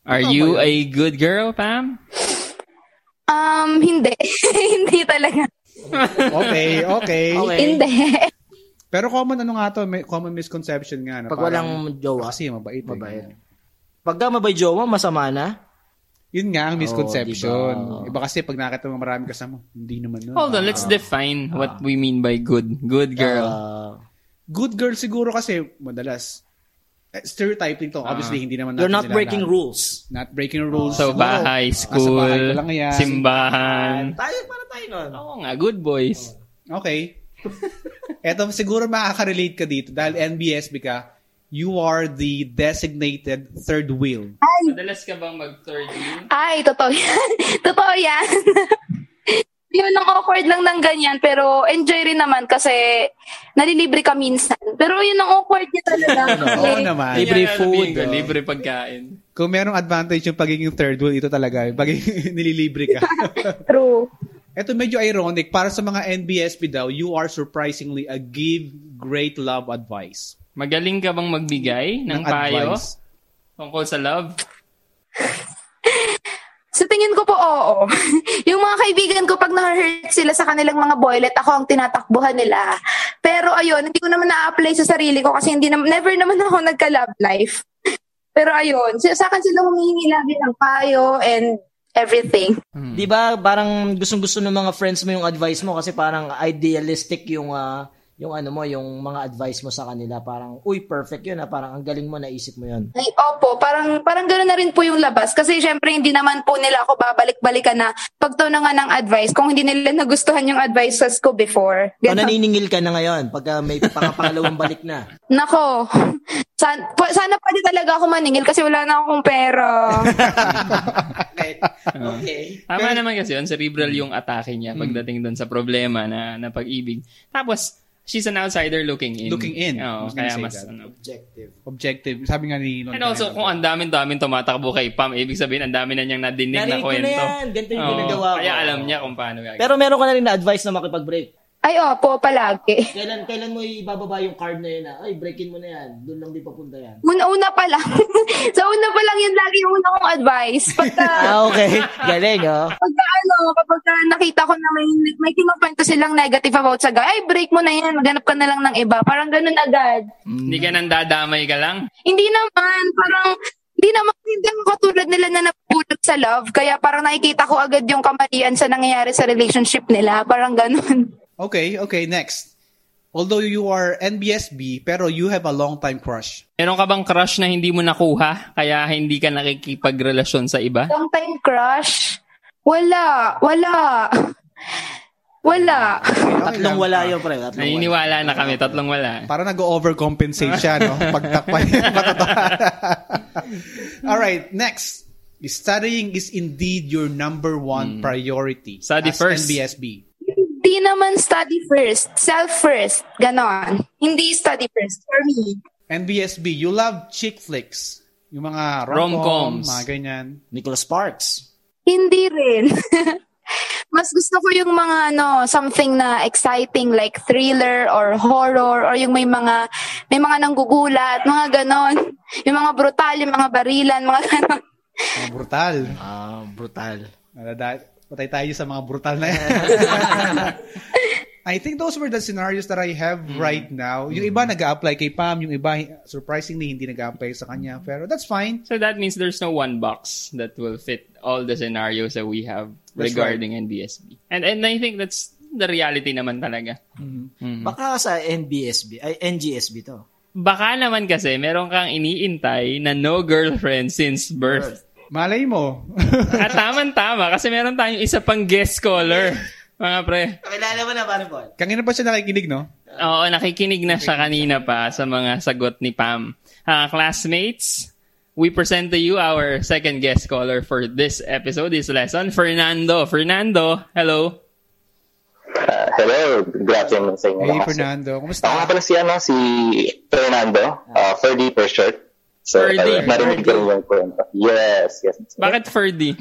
[SPEAKER 5] Are you a good girl, Pam?
[SPEAKER 1] Um, hindi. [LAUGHS] hindi talaga.
[SPEAKER 7] [LAUGHS]
[SPEAKER 6] Okay, okay.
[SPEAKER 7] Okay.
[SPEAKER 1] Hindi.
[SPEAKER 6] Pero common ano nga to, may, common misconception nga. Na
[SPEAKER 7] Pag
[SPEAKER 6] parang,
[SPEAKER 7] walang jowa.
[SPEAKER 6] Kasi mabait. eh.
[SPEAKER 7] Mabait. Pagka mabay jowa, masama na.
[SPEAKER 6] Yun nga ang misconception.
[SPEAKER 7] Oo, diba?
[SPEAKER 6] Iba kasi pag nakita mo marami kasama, hindi naman nun.
[SPEAKER 5] Hold on, let's define what we mean by good. Good
[SPEAKER 6] Ah.
[SPEAKER 5] girl.
[SPEAKER 7] Uh,
[SPEAKER 6] Good girl siguro kasi madalas eh, stereotype nito. Obviously, hindi naman
[SPEAKER 7] Ah. you're not
[SPEAKER 6] natin sila
[SPEAKER 7] breaking
[SPEAKER 6] lahat.
[SPEAKER 7] rules.
[SPEAKER 6] Not breaking rules.
[SPEAKER 5] So, bahay,
[SPEAKER 6] Ah, sa bahay ko
[SPEAKER 5] school,
[SPEAKER 6] lang yan.
[SPEAKER 5] simbahan.
[SPEAKER 7] Tayo, para tayo nun.
[SPEAKER 5] Oo nga, good boys.
[SPEAKER 6] Okay. [LAUGHS] Eto, siguro makaka-relate ka dito dahil NBSB ka. You are the designated third wheel.
[SPEAKER 5] Madalas ka bang mag-third wheel?
[SPEAKER 1] Ay, totoo yan. [LAUGHS] totoo yan. Yun, ang awkward lang ng ganyan, pero enjoy rin naman kasi nalilibre ka minsan. Pero yun ang awkward niya talaga.
[SPEAKER 6] [LAUGHS] Oo
[SPEAKER 1] kasi
[SPEAKER 6] naman.
[SPEAKER 5] Libre food.
[SPEAKER 6] oh.
[SPEAKER 5] Libre pagkain.
[SPEAKER 6] Kung merong advantage yung pagiging third wheel, ito talaga. Yung pagiging [LAUGHS] nililibre ka.
[SPEAKER 1] True.
[SPEAKER 6] Ito medyo ironic. Para sa mga NBSB daw, you are surprisingly a give great love advice.
[SPEAKER 5] Magaling ka bang magbigay ng payo
[SPEAKER 6] advice. [LAUGHS]
[SPEAKER 5] tungkol sa love?
[SPEAKER 1] Sa tingin ko po, oo. [LAUGHS] yung mga kaibigan ko, pag na-hurt sila sa kanilang mga boylet, ako ang tinatakbuhan nila. Pero ayun, hindi ko naman na-apply sa sarili ko kasi hindi naman, never naman ako nagka-love life. [LAUGHS] Pero ayun, sa sa akin sila humihingi lagi ng payo and everything.
[SPEAKER 7] Di ba, parang gustong-gusto ng mga friends mo yung advice mo kasi parang idealistic yung ah, yung ano mo, yung mga advice mo sa kanila. Parang, uy, perfect yun ah. Parang ang galing mo, naisip mo yun.
[SPEAKER 1] Ay, opo, parang parang gano'n na rin po yung labas kasi syempre hindi naman po nila ako babalik-balikan na pagto na nga ng advice kung hindi nila nagustuhan yung advices ko before.
[SPEAKER 7] O
[SPEAKER 1] Ganun.
[SPEAKER 7] naniningil ka na ngayon pagka may pangapangalawang balik na.
[SPEAKER 1] Nako. [LAUGHS] San, pa- sana pwede talaga ako maningil kasi wala na akong pera.
[SPEAKER 5] Tama naman kasi yun, cerebral yung atake niya
[SPEAKER 6] Hmm.
[SPEAKER 5] pagdating doon sa problema na, na pag-ibig. Tapos, she's an outsider looking in.
[SPEAKER 6] Looking in. I
[SPEAKER 5] Oo,
[SPEAKER 6] was gonna
[SPEAKER 5] kaya
[SPEAKER 6] say
[SPEAKER 5] mas
[SPEAKER 6] that.
[SPEAKER 5] ano.
[SPEAKER 7] Objective.
[SPEAKER 6] Objective. Sabi nga ni...
[SPEAKER 5] And also, kung ang daming-daming tumatakbo kay Pam, ibig sabihin, ang dami na niyang nadinig na
[SPEAKER 7] Narinig ko na
[SPEAKER 5] kwento.
[SPEAKER 7] yan. Ganito yung
[SPEAKER 5] Oo,
[SPEAKER 7] ginagawa ko.
[SPEAKER 5] Kaya alam niya kung paano gagawin.
[SPEAKER 7] Pero meron ka na rin na-advise na makipag-break.
[SPEAKER 1] Ay, opo, palagi.
[SPEAKER 7] Kailan, kailan mo ibababa yung card na yun na, ay, breakin mo na yan. Doon lang di papunta yan.
[SPEAKER 1] Una-una pa lang. [LAUGHS] Sa una pa lang yun lagi yung una kong advice. Pagka,
[SPEAKER 7] [LAUGHS] Ah, okay. Galing, oh.
[SPEAKER 1] pagka ano, kapag ka nakita ko na may, may kinukwento silang negative about sa guy, ay, break mo na yan, maghanap ka na lang ng iba. Parang ganun agad.
[SPEAKER 5] Hindi ka nang dadamay ka lang.
[SPEAKER 1] Hindi naman, parang, hindi naman, hindi ako katulad nila na napulag sa love. Kaya parang nakikita ko agad yung kamalian sa nangyayari sa relationship nila. Parang ganun.
[SPEAKER 6] Okay, okay, next. although you are NBSB, pero you have a long time crush.
[SPEAKER 5] Meron ka bang crush na hindi mo nakuha kaya hindi ka nakikipagrelasyon sa iba?
[SPEAKER 1] Long time crush? Wala. Wala. [LAUGHS] Wala.
[SPEAKER 7] Tatlong wala yun, pre. Tatlong wala.
[SPEAKER 5] Naniniwala na kami, tatlong wala.
[SPEAKER 6] Para nag-overcompensate siya,
[SPEAKER 5] [LAUGHS]
[SPEAKER 6] no? Pagtakpan niya yung katotohanan. [LAUGHS] Alright, next. Studying is indeed your number one priority.
[SPEAKER 5] Hmm. Study
[SPEAKER 6] as
[SPEAKER 5] first.
[SPEAKER 6] NBSB.
[SPEAKER 1] Hindi naman study first. Self first. Ganon. Hindi study first. For me.
[SPEAKER 6] NBSB, you love chick flicks. Yung mga rom-com,
[SPEAKER 5] Rom-coms.
[SPEAKER 6] mga ganyan.
[SPEAKER 7] Nicholas Sparks.
[SPEAKER 1] Hindi rin. [LAUGHS] Mas gusto ko yung mga ano, something na exciting like thriller or horror or yung may mga may mga nanggugulat, mga ganon. [LAUGHS] Yung mga brutal, yung mga barilan, mga [LAUGHS] ganon.
[SPEAKER 6] Mga brutal.
[SPEAKER 7] Ah, brutal.
[SPEAKER 6] Nadada- Patay tayo sa mga brutal na yan. I think those were the scenarios that I have right now. Yung iba nag-a-apply kay Pam, yung iba surprisingly hindi nag-a-apply sa kanya. Pero that's fine.
[SPEAKER 5] So that means there's no one box that will fit all the scenarios that we have
[SPEAKER 6] That's
[SPEAKER 5] regarding NBSB. And and I think that's the reality naman talaga.
[SPEAKER 7] Baka sa NBSB, ay NGSB to.
[SPEAKER 5] Baka naman kasi meron kang iniintay na no girlfriend since birth.
[SPEAKER 6] Malay mo.
[SPEAKER 5] At tama-tama Ah, kasi meron tayong isa pang guest caller. Mga pre.
[SPEAKER 7] Kakilala mo na, pare Paul?
[SPEAKER 6] Kanina pa siya nakikinig, no?
[SPEAKER 5] Oo, nakikinig na siya kanina pa sa mga sagot ni Pam. Ah, classmates, we present to you our second guest caller for this episode, this lesson, Fernando. Fernando, hello.
[SPEAKER 8] Ah, hello, good afternoon sa inyo.
[SPEAKER 6] Hey,
[SPEAKER 8] lahat.
[SPEAKER 6] Fernando.
[SPEAKER 8] Ako nga
[SPEAKER 6] Kumusta?
[SPEAKER 8] pala si, ano, si Fernando, uh, Ferdy for short. So, uh,
[SPEAKER 5] Ferdy,
[SPEAKER 8] narinig ko rin yung kwento. Yes, yes.
[SPEAKER 5] Bakit Ferdy?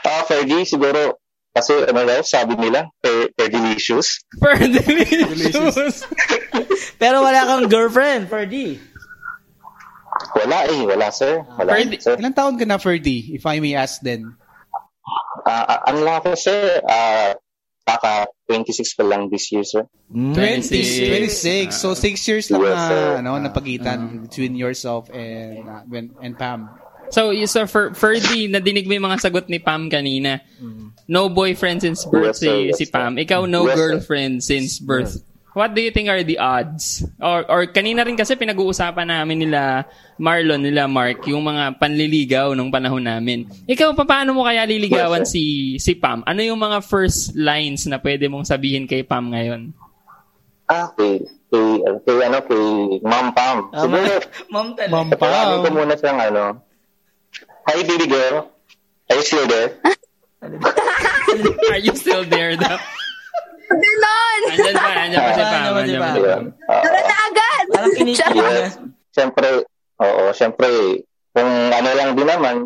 [SPEAKER 8] Ah, Ferdy, siguro, kasi ano daw, sabi nila, Fer- Ferdylicious.
[SPEAKER 5] Ferdy Licious.
[SPEAKER 7] Pero wala kang girlfriend, Ferdy.
[SPEAKER 8] Wala eh, wala sir. Wala,
[SPEAKER 5] Ferdy.
[SPEAKER 8] sir.
[SPEAKER 6] Ilang taon ka na, Ferdy, if I may ask then?
[SPEAKER 8] Ah, ah, ang laki sir, ah, kaka 26 pa lang this year sir.
[SPEAKER 6] 26. 26. So, 6 years lang
[SPEAKER 8] Yes, sir. uh,
[SPEAKER 6] na, ano, napagitan between yourself and, uh, when, and Pam.
[SPEAKER 5] So, y- so Fer- Ferdy, nadinig mo yung mga sagot ni Pam kanina. No boyfriend since
[SPEAKER 8] Yes,
[SPEAKER 5] birth
[SPEAKER 8] sir.
[SPEAKER 5] si,
[SPEAKER 8] Yes,
[SPEAKER 5] si
[SPEAKER 8] sir.
[SPEAKER 5] Pam. Ikaw,
[SPEAKER 8] Yes,
[SPEAKER 5] no
[SPEAKER 8] sir.
[SPEAKER 5] girlfriend since birth. What do you think are the odds? Or, or kanina rin kasi pinag-uusapan namin nila Marlon, nila Mark, yung mga panliligaw nung panahon namin. Ikaw, pa- paano mo kaya liligawan
[SPEAKER 8] Yes,
[SPEAKER 5] si, si Pam? Ano yung mga first lines na pwede mong sabihin kay Pam ngayon?
[SPEAKER 8] Ah, kay, kay, ah, kay, ano, kay Ma'am Pam.
[SPEAKER 7] Ah,
[SPEAKER 8] Siguro,
[SPEAKER 7] ma'am, ma'am talaga.
[SPEAKER 6] Ma'am
[SPEAKER 8] Parang ko
[SPEAKER 6] Pam.
[SPEAKER 8] muna siyang ano. Hi, baby girl. Are you still there?
[SPEAKER 5] Are you still there? daw?
[SPEAKER 1] Ganon!
[SPEAKER 5] Andyan pa, andyan pa si
[SPEAKER 7] Ah,
[SPEAKER 5] Pam. Andyan
[SPEAKER 7] naman,
[SPEAKER 5] pa
[SPEAKER 7] diba?
[SPEAKER 5] si Pam.
[SPEAKER 8] Ayun. Ah,
[SPEAKER 1] Tara na agad! [LAUGHS]
[SPEAKER 7] Parang kinikilig na.
[SPEAKER 8] yes. Siyempre, oo, siyempre, kung ano lang din naman,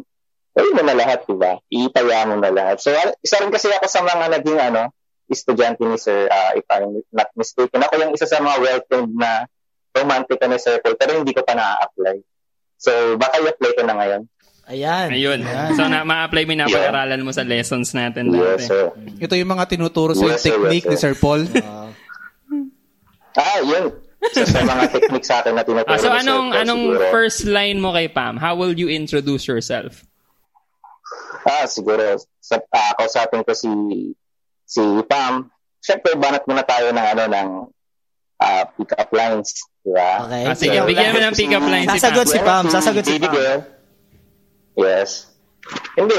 [SPEAKER 8] gawin mo na lahat, di ba? Iipaya mo na lahat. So, al- isa rin kasi ako sa mga naging, ano, estudyante ni Sir, ah, if I'm not mistaken. Ako yung isa sa mga well-trained na romantic na circle, pero hindi ko pa na-apply. So, baka i-apply ko na ngayon.
[SPEAKER 7] Ayan.
[SPEAKER 5] Ayun. So, na, ma-apply mo yung napag-aralan mo sa lessons natin. dati.
[SPEAKER 8] Yes, sir.
[SPEAKER 6] Ito yung mga tinuturo sa yung
[SPEAKER 8] Yes, sir, yes,
[SPEAKER 6] technique ni
[SPEAKER 8] sir.
[SPEAKER 6] Sir
[SPEAKER 8] [LAUGHS]
[SPEAKER 6] Paul.
[SPEAKER 7] Ah,
[SPEAKER 8] Ah, yun. Isa sa mga [LAUGHS] technique sa akin na tinuturo
[SPEAKER 5] Ah, so
[SPEAKER 8] ni Sir
[SPEAKER 5] anong
[SPEAKER 8] Paul,
[SPEAKER 5] anong
[SPEAKER 8] siguro.
[SPEAKER 5] first line mo kay Pam? How will you introduce yourself?
[SPEAKER 8] Ah, siguro sa uh, kausapin ko si si Pam. Siyempre, banat muna tayo ng ano ng ah, pick-up lines, di ba?
[SPEAKER 7] okay.
[SPEAKER 5] Ah, sige,
[SPEAKER 8] So,
[SPEAKER 5] bigyan mo ng pick-up line si Pam.
[SPEAKER 7] Sasagot si Pam, sasagot si
[SPEAKER 8] Baby
[SPEAKER 7] Pam.
[SPEAKER 8] girl. Yes. Hindi,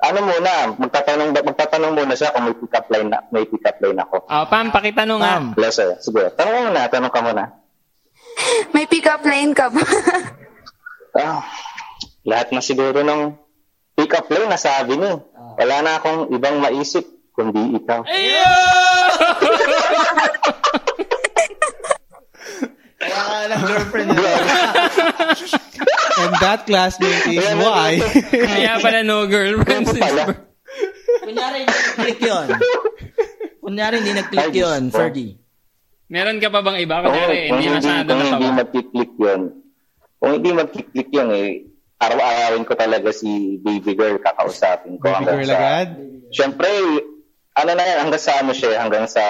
[SPEAKER 8] ano muna, magtatanong magtatanong muna siya kung may pick-up line na, may pick-up line ako.
[SPEAKER 5] Ah, Pam, pakitanong nga.
[SPEAKER 7] Pam.
[SPEAKER 8] Hello, sir. Sige, tanong ka muna, tanong ka muna.
[SPEAKER 1] May pick-up line ka ba? [LAUGHS]
[SPEAKER 8] Ah, lahat na siguro ng pick-up line nasabi niya. Wala na akong ibang maisip kundi ikaw.
[SPEAKER 7] Wala kang girlfriend eh. na.
[SPEAKER 6] And that classmate is
[SPEAKER 8] Ayan, [LAUGHS]
[SPEAKER 6] why.
[SPEAKER 5] Kaya pala no girlfriend.
[SPEAKER 8] Ano pala?
[SPEAKER 7] Kunyari, hindi nag-click yun. Kunyari, hindi nag-click
[SPEAKER 8] Ay, Diyos
[SPEAKER 7] yun,
[SPEAKER 8] ko.
[SPEAKER 7] Ferdy.
[SPEAKER 5] Meron ka pa bang iba? Kunyari,
[SPEAKER 8] kung
[SPEAKER 5] hindi masyado
[SPEAKER 8] kung hindi
[SPEAKER 5] natawa.
[SPEAKER 8] magkiklik yun, kung hindi magkiklik yun eh, araw-arawin ko talaga si baby girl, kakausapin ko.
[SPEAKER 6] Baby
[SPEAKER 8] hanggang
[SPEAKER 6] girl
[SPEAKER 8] sa-
[SPEAKER 6] agad.
[SPEAKER 8] Siyempre, ano na yan, hanggang sa ano siya, hanggang sa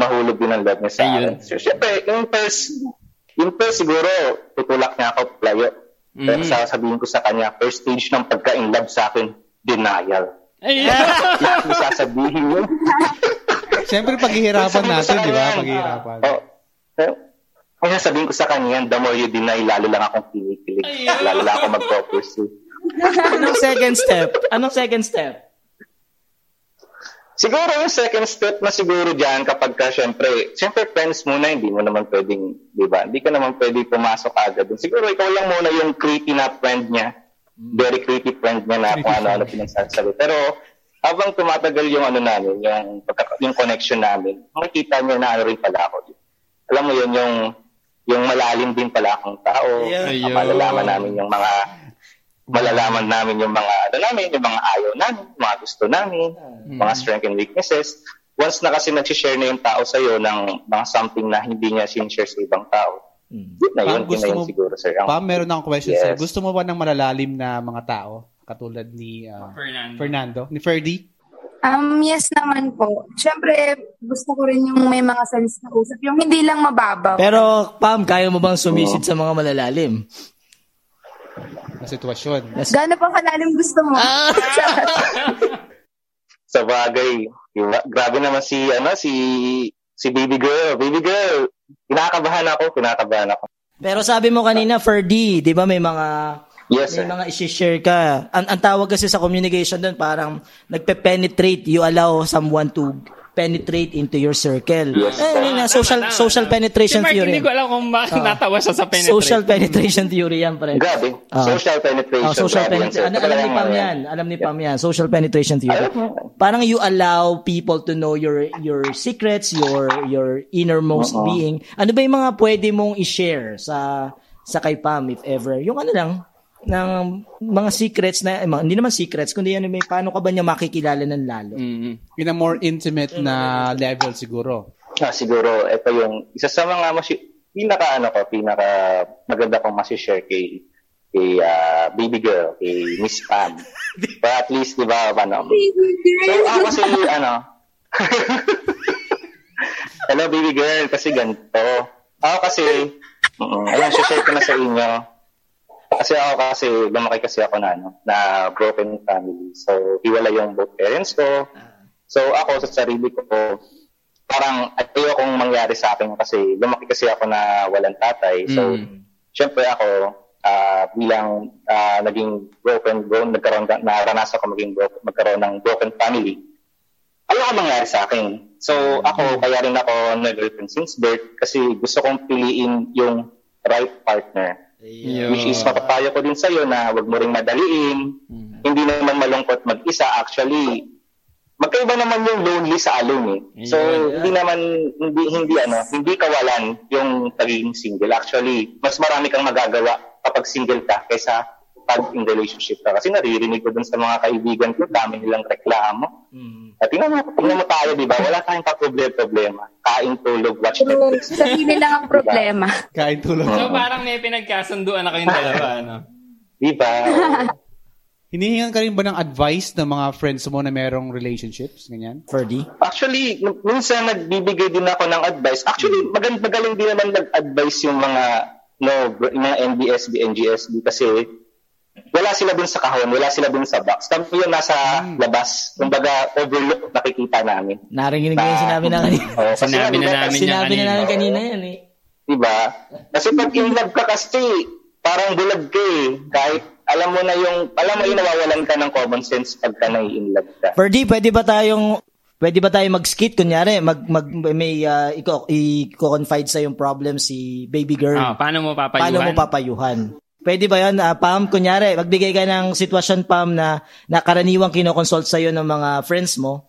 [SPEAKER 8] mahulog din ang love niya sa
[SPEAKER 5] Ayun.
[SPEAKER 8] akin. So, siyempre, yung first, yung first siguro, tutulak niya ako playo.
[SPEAKER 6] Mm.
[SPEAKER 8] Pero sasabihin ko sa kanya, first stage ng pagka-in love sa akin, denial.
[SPEAKER 5] Ayun.
[SPEAKER 8] Lahat mo sasabihin yun.
[SPEAKER 6] Siyempre, paghihirapan
[SPEAKER 8] Sabihin ko
[SPEAKER 6] natin,
[SPEAKER 8] sa
[SPEAKER 6] di ba?
[SPEAKER 8] kanya,
[SPEAKER 6] Paghihirapan.
[SPEAKER 8] Oo. Oh, Pero, kaya sabihin ko sa kanya, the more you deny, lalo lang akong kinikilig. Lalo lang ako mag-pursue.
[SPEAKER 7] Anong second step? Anong second step?
[SPEAKER 8] Siguro yung second step na siguro dyan kapag ka syempre, syempre friends muna, hindi mo naman pwedeng, di ba? Hindi ka naman pwedeng pumasok agad. dun. Siguro ikaw lang muna yung creepy na friend niya. Very creepy friend niya na kung ano-ano pinagsasabi. Pero habang tumatagal yung ano namin, yung, pagka- yung connection namin, makikita niya na ano rin pala ako. Alam mo yun, yung yung malalim din pala akong tao.
[SPEAKER 7] Yeah.
[SPEAKER 8] Ang Malalaman namin yung mga malalaman namin yung mga ano namin, yung mga ayaw namin, yung mga gusto namin,
[SPEAKER 6] Hmm.
[SPEAKER 8] mga strength and weaknesses. Once na kasi nag-share na yung tao sa'yo ng mga something na hindi niya sin-share sa ibang tao, yun na yun, yun na
[SPEAKER 6] Pam, Hmm. gusto
[SPEAKER 8] yun
[SPEAKER 6] mo,
[SPEAKER 8] siguro, sir. Ang-
[SPEAKER 6] Pam, meron akong question sa'yo.
[SPEAKER 8] Yes.
[SPEAKER 6] Gusto mo ba ng malalalim na mga tao? Katulad ni ah,
[SPEAKER 5] Fernando.
[SPEAKER 6] Fernando? Ni Ferdy?
[SPEAKER 1] Um, yes naman po. Siyempre, gusto ko rin yung may mga sense na usap. Yung hindi lang mababaw.
[SPEAKER 7] Pero, Pam, kaya mo bang sumisid sa mga malalalim?
[SPEAKER 6] Na sitwasyon.
[SPEAKER 1] Gano'n pa kalalim gusto mo? [LAUGHS]
[SPEAKER 8] [LAUGHS] sa bagay, gra- grabe naman si, ano, si, si baby girl, baby girl, kinakabahan ako, kinakabahan ako.
[SPEAKER 7] Pero sabi mo kanina, Ferdy, di ba may mga
[SPEAKER 8] Yes, sir.
[SPEAKER 7] may mga isi-share ka. Ang, ang tawag kasi sa communication doon, parang nagpe-penetrate, you allow someone to penetrate into your circle. Eh, yun na, social, social penetration
[SPEAKER 5] Mark,
[SPEAKER 7] theory. Oh.
[SPEAKER 5] hindi ko alam kung bakit natawa siya sa penetrate.
[SPEAKER 7] Social penetration theory yan, pre.
[SPEAKER 8] Grabe.
[SPEAKER 7] Ah.
[SPEAKER 8] Social penetration.
[SPEAKER 7] Oh, social
[SPEAKER 8] grabe yan, sir.
[SPEAKER 7] penetration. alam ni
[SPEAKER 8] Talagang
[SPEAKER 7] Pam
[SPEAKER 8] ano
[SPEAKER 7] yan. Alam ni Pam yan. Social penetration theory.
[SPEAKER 8] Alam mo.
[SPEAKER 7] Parang you allow people to know your your secrets, your your innermost
[SPEAKER 8] Uh-huh.
[SPEAKER 7] being. Ano ba yung mga pwede mong i-share sa sa kay Pam if ever? Yung ano lang ng mga secrets na eh, mga- hindi naman secrets kundi ano may paano ka ba niya makikilala ng lalo?
[SPEAKER 5] Mm.
[SPEAKER 6] In a more intimate na level siguro.
[SPEAKER 8] Ah, siguro, ito yung isa sa mga masi- pinaka ano ko, pinaka maganda kong masishare kay kay ah, baby girl, kay Miss
[SPEAKER 7] [LAUGHS]
[SPEAKER 8] Pam. But at least, di ba, ano, So, ako kasi, ano, hello baby girl, kasi ganito. Ako kasi, mm, ayun, share ko na sa inyo. Kasi ako kasi, lumaki kasi ako na, ano, na broken family. So, iwala yung both parents ko. So, ako sa sarili ko, parang ayokong mangyari sa akin kasi lumaki kasi ako na walang tatay. So, syempre ako, ah, bilang ah, naging broken, grown, nagkaroon, naranasan ko maging broken, magkaroon ng broken family, ayoko mangyari sa akin. So, ako, kaya rin ako nag-girlfriend since birth kasi gusto kong piliin yung right partner. Which is, mapapayo ko din sa'yo na wag mo rin madaliin.
[SPEAKER 6] Mm-hmm.
[SPEAKER 8] Hindi naman malungkot mag-isa. Actually, magkaiba naman yung lonely sa alone eh. So, hindi naman, hindi, hindi ano, hindi kawalan yung pagiging single. Actually, mas marami kang magagawa kapag single ka kaysa pag in relationship ka. Kasi naririnig ko dun sa mga kaibigan ko, dami nilang reklamo. At tingnan mo, tingnan mo tayo, di ba? Wala tayong pa-problema. Kain, tulog, watch Netflix.
[SPEAKER 1] Sarili lang ang problema.
[SPEAKER 6] Kain tulog.
[SPEAKER 8] Oh.
[SPEAKER 5] So parang may pinagkasunduan na kayong dalawa, ano?
[SPEAKER 8] Di ba?
[SPEAKER 6] Hinihingan ka rin ba ng advice ng mga friends mo na merong relationships? Ganyan?
[SPEAKER 7] Ferdy?
[SPEAKER 8] Actually, n- minsan nagbibigay din ako ng advice. Actually, magan magaling din naman nag-advise yung mga no, br- yung mga NBSB, NGSB kasi wala sila dun sa kahon, wala sila dun sa box. Kami yung nasa labas. Kumbaga, overlook nakikita namin.
[SPEAKER 7] Narinig ko yung sinabi na kanina.
[SPEAKER 8] Oo, kasi
[SPEAKER 5] Sinabi na
[SPEAKER 8] nga,
[SPEAKER 5] namin niya
[SPEAKER 7] sinabi na
[SPEAKER 5] kanina.
[SPEAKER 7] namin kanina yan eh.
[SPEAKER 8] Diba? Kasi pag in love ka kasi, parang bulag ka eh. Kahit alam mo na yung, alam mo yung nawawalan ka ng common sense pagka nai-in love ka.
[SPEAKER 7] Ferdy, pwede ba tayong pwede ba tayo mag-skit kunyari mag, mag may ah, iko i-confide sa yung problem si baby girl.
[SPEAKER 5] Ah, paano mo papayuhan?
[SPEAKER 7] paano mo papayuhan? Pwede ba 'yon? Ah, Pam, kunyari magbigay ka ng sitwasyon Pam na nakaraniwang kinoconsult sa ng mga friends mo.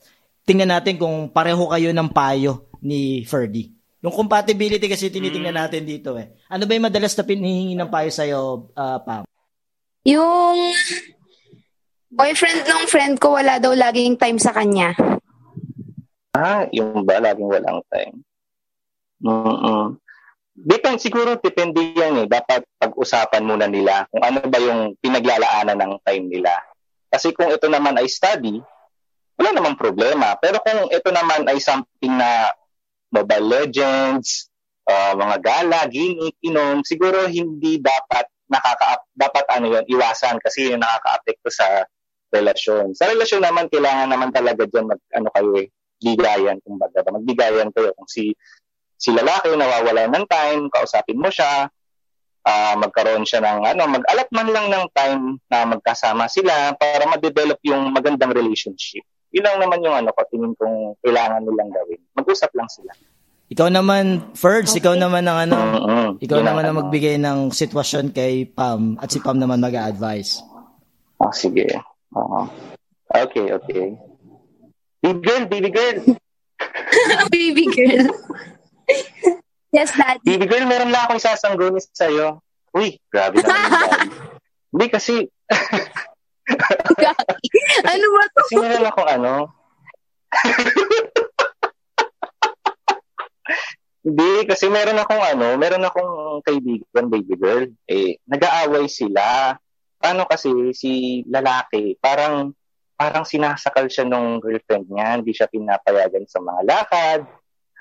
[SPEAKER 7] Tingnan natin kung pareho kayo ng payo ni Ferdy. Yung compatibility kasi tinitingnan natin dito eh. Ano ba yung madalas na pinihingi ng payo sa'yo, ah, Pam?
[SPEAKER 1] Yung boyfriend ng friend ko wala daw laging time sa kanya. [LAUGHS]
[SPEAKER 8] Ah, yung ba? Laging walang time. Mm-mm. Depend, siguro depende yan eh. Dapat pag-usapan muna nila kung ano ba yung pinaglalaanan ng time nila. Kasi kung ito naman ay study, wala namang problema. Pero kung ito naman ay something na Mobile Legends, ah, mga gala, gimmick, inom, siguro hindi dapat nakaka dapat ano yun, iwasan kasi yun nakaka-apekto sa relasyon. Sa relasyon naman, kailangan naman talaga dyan mag, ano kayo eh, bigayan, kumbaga. Magbigayan kayo. Kung si, si lalaki nawawala ng time, kausapin mo siya, ah, magkaroon siya ng, ano, mag-alat man lang ng time na magkasama sila para ma-develop yung magandang relationship. Yun lang naman yung ano ko, tingin kong kailangan nilang gawin. Mag-usap lang sila.
[SPEAKER 7] Ikaw naman, Ferds, ikaw naman ang ano,
[SPEAKER 8] Mm-mm.
[SPEAKER 7] ikaw
[SPEAKER 8] Yun ang
[SPEAKER 7] naman ang
[SPEAKER 8] ano.
[SPEAKER 7] magbigay ng sitwasyon kay Pam at si Pam naman mag-a-advise.
[SPEAKER 8] Ah, sige. Oo. Okay, okay. Baby girl, baby girl.
[SPEAKER 1] Baby girl. yes, daddy.
[SPEAKER 8] Baby girl, meron lang ako isasanggunis sa'yo. Uy, grabe naman
[SPEAKER 1] [LAUGHS]
[SPEAKER 8] yung daddy. Hindi kasi,
[SPEAKER 1] ano ba to?
[SPEAKER 8] kasi meron ako ano. [LAUGHS] Hindi, kasi meron akong ano, meron akong kaibigan, baby girl. Eh, nag-aaway sila. Paano kasi si lalaki, parang parang sinasakal siya nung girlfriend niya, hindi siya pinapayagan sa mga lakad.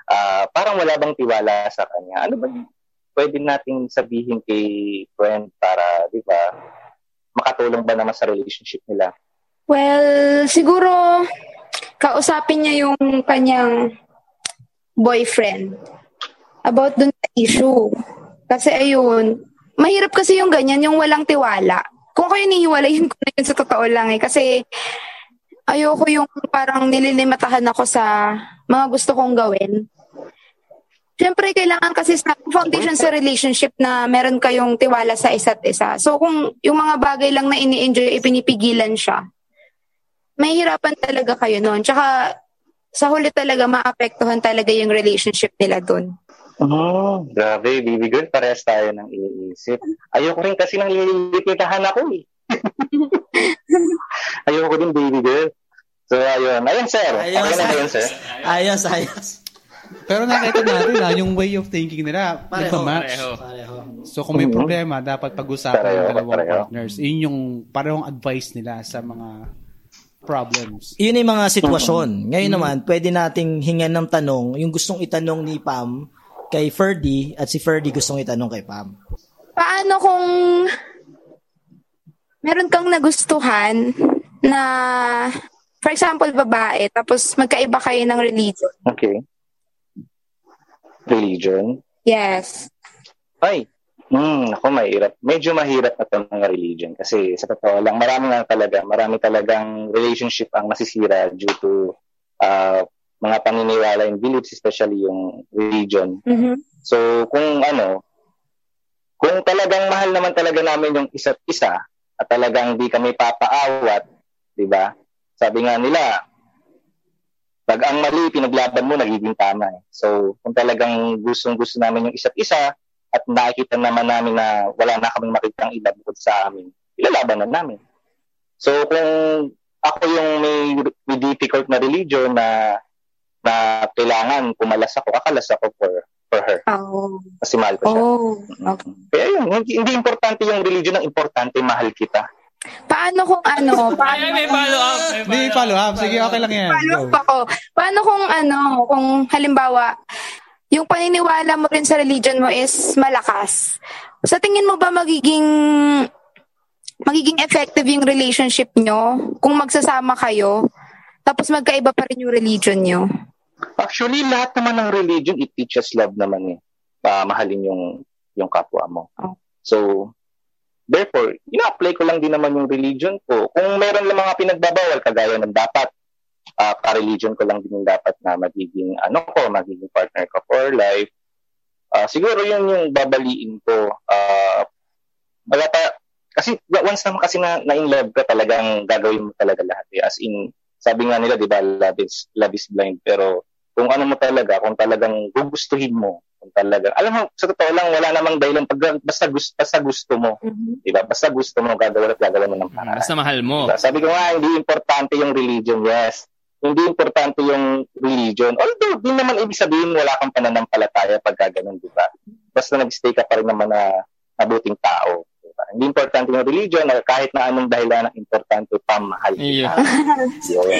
[SPEAKER 8] Ah, parang wala bang tiwala sa kanya. Ano ba yung pwede nating sabihin kay friend para, di ba, makatulong ba naman sa relationship nila?
[SPEAKER 1] Well, siguro kausapin niya yung kanyang boyfriend about dun sa issue. Kasi ayun, mahirap kasi yung ganyan, yung walang tiwala. Kung kayo nihiwalayin [LAUGHS] ko na yun sa totoo lang eh. Kasi ayoko yung parang nililimatahan ako sa mga gusto kong gawin. Siyempre, kailangan kasi sa foundation sa relationship na meron kayong tiwala sa isa't isa. So, kung yung mga bagay lang na ini-enjoy, ipinipigilan siya, mahihirapan talaga kayo noon. Tsaka, sa huli talaga, maapektuhan talaga yung relationship nila doon.
[SPEAKER 8] Oh, grabe, baby girl, parehas tayo ng iniisip. Ayoko rin kasi nang lilipitahan ako eh. Ayoko din, baby girl. So, ayun. Ayun, sir.
[SPEAKER 7] Ayos,
[SPEAKER 8] Ayun, ayun,
[SPEAKER 7] ayos.
[SPEAKER 8] sir.
[SPEAKER 7] Ayos, ayos.
[SPEAKER 6] Pero nakita natin na yung way of thinking nila
[SPEAKER 7] Pareho,
[SPEAKER 6] nagmamatch.
[SPEAKER 5] Pareho.
[SPEAKER 7] Pareho.
[SPEAKER 6] So kung may
[SPEAKER 8] Mhm.
[SPEAKER 6] problema, dapat pag-usapan
[SPEAKER 8] Pareho,
[SPEAKER 6] ng dalawang
[SPEAKER 8] pareho.
[SPEAKER 6] partners. Yun yung parehong advice nila sa mga problems.
[SPEAKER 7] Yun yung mga sitwasyon. Ngayon naman, pwede nating hingan ng tanong yung gustong itanong ni Pam kay Ferdy at si Ferdy gustong itanong kay Pam.
[SPEAKER 1] Paano kung meron kang nagustuhan na, for example, babae, tapos magkaiba kayo ng religion?
[SPEAKER 8] Okay. Religion.
[SPEAKER 1] Yes.
[SPEAKER 8] Ay, hmm, ako mahirap. Medyo mahirap na itong mga religion kasi sa totoo lang, marami nga talaga, marami talagang relationship ang masisira due to ah, mga paniniwala and beliefs, especially yung religion
[SPEAKER 1] Mhm.
[SPEAKER 8] So, kung ano, kung talagang mahal naman talaga namin yung isa't isa at talagang di kami papaawat, di ba? Sabi nga nila, pag ang mali, pinaglaban mo, nagiging tama. eh. So, kung talagang gustong-gusto namin yung isa't isa at nakikita naman namin na wala na kaming makitang iba bukod sa amin, ilalaban na namin. So, kung ako yung may, may difficult na religion na na kailangan pumalas ako, akalas ako for, for her
[SPEAKER 1] Oh.
[SPEAKER 8] kasi mahal ko siya.
[SPEAKER 1] Oh. Okay.
[SPEAKER 8] Kaya yun, hindi, hindi importante yung religion, ang importante mahal kita.
[SPEAKER 1] Paano kung
[SPEAKER 5] Ay,
[SPEAKER 1] ano? Paano
[SPEAKER 5] ay, may follow up.
[SPEAKER 6] Hindi, follow up. Sige, okay lang yan.
[SPEAKER 1] Follow up ako. Paano kung ano, kung halimbawa, yung paniniwala mo rin sa religion mo is malakas. Sa tingin mo ba magiging magiging effective yung relationship nyo kung magsasama kayo tapos magkaiba pa rin yung religion nyo?
[SPEAKER 8] Actually, lahat naman ng religion, it teaches love naman eh. Pa mahalin yung, yung kapwa mo.
[SPEAKER 1] Oh.
[SPEAKER 8] So, therefore, ina-apply ko lang din naman yung religion ko. Kung meron lang mga pinagbabawal, kagaya ng dapat, ah pa-religion ko lang din yung dapat na magiging, ano ko, magiging partner ko for life. Ah, siguro yun yung babaliin ko. Ah, wala pa, kasi once naman kasi na, na in love ka talagang gagawin mo talaga lahat. Eh. As in, sabi nga nila, di ba, love is, love is blind. Pero kung ano mo talaga, kung talagang gugustuhin mo, kung talagang, alam mo, sa totoo lang, wala namang dahilan. Pag, basta, gusto, basta gusto mo,
[SPEAKER 1] [LAUGHS]
[SPEAKER 8] di ba? Basta gusto mo, gagawin at gagawin mo ng paraan.
[SPEAKER 5] Basta mahal mo.
[SPEAKER 8] Diba? Sabi ko nga, hindi importante yung religion, yes. Hindi importante yung religion. Although, di naman ibig sabihin wala kang pananampalataya pagka ganun, di ba? Basta nag-stay ka pa rin naman na mabuting tao. di ba? Hindi importante yung religion or kahit na anong dahilan ang importante pamahal.
[SPEAKER 5] Ayun.
[SPEAKER 8] Yun.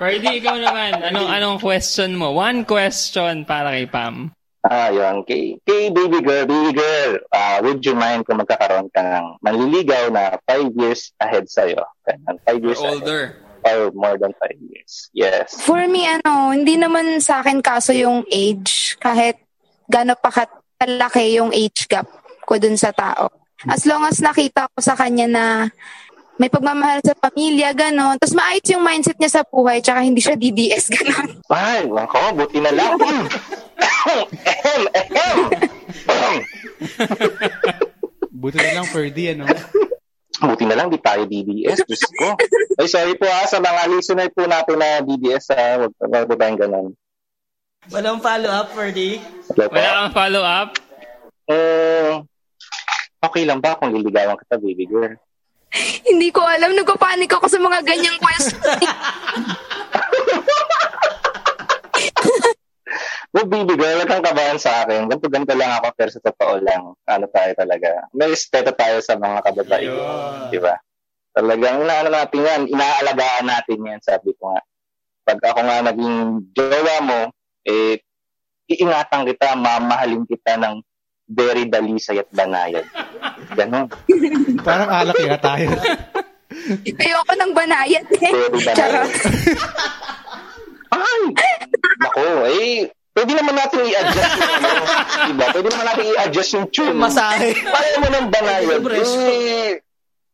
[SPEAKER 5] Ferdy, ikaw naman. Anong anong question mo? One question para kay Pam.
[SPEAKER 8] Ah, yun. Kay, kay baby girl, baby girl, ah, would you mind kung magkakaroon ka ng manliligaw na five years ahead sa'yo? Ganun, Five years
[SPEAKER 5] Older.
[SPEAKER 8] or more than five years. Yes.
[SPEAKER 1] For me, ano, hindi naman sa akin kaso yung age. Kahit gano'n pa kalaki yung age gap ko dun sa tao. As long as nakita ko sa kanya na may pagmamahal sa pamilya, gano'n. Tapos maayos yung mindset niya sa buhay, tsaka hindi siya DDS, [LAUGHS] gano'n.
[SPEAKER 8] Ay, ako, buti na lang. Ahem, ahem.
[SPEAKER 6] Buti na lang, Ferdy, ano?
[SPEAKER 8] buti na lang, di tayo DDS. Diyos ko. Ay, sorry po ha, sa mga listener po natin na DDS, ha, ah, wag, wag ba tayong ganun?
[SPEAKER 7] Walang follow-up, Ferdy.
[SPEAKER 8] Wala po.
[SPEAKER 5] Wala kang follow-up?
[SPEAKER 8] Eh, okay lang ba kung liligawan kita, baby girl?
[SPEAKER 1] [LAUGHS] Hindi ko alam, nagpapanik ako sa mga ganyang question.
[SPEAKER 8] [LAUGHS] Well, Oh, baby girl, wag kang kabahan sa akin. Ganto-ganto lang ako, pero sa totoo lang, ano tayo talaga. May respeto tayo sa mga kababae. Di ba? Talagang inaano natin yan, inaalagaan natin yan, sabi ko nga. Pag ako nga naging jowa mo, eh, iingatan kita, mamahalin kita ng very dalisay at banayad. Ganon.
[SPEAKER 6] Parang alak nga tayo.
[SPEAKER 1] Ayoko ng banayad eh.
[SPEAKER 8] Pwede ba na-
[SPEAKER 1] Charot.
[SPEAKER 8] Ay! Nako, eh, pwede naman natin i-adjust yung ano. [LAUGHS] Diba? Pwede naman natin i-adjust yung tune.
[SPEAKER 7] [LAUGHS] Masahe.
[SPEAKER 8] Paano mo nang bangayan?
[SPEAKER 7] Libre siya.
[SPEAKER 8] Eh,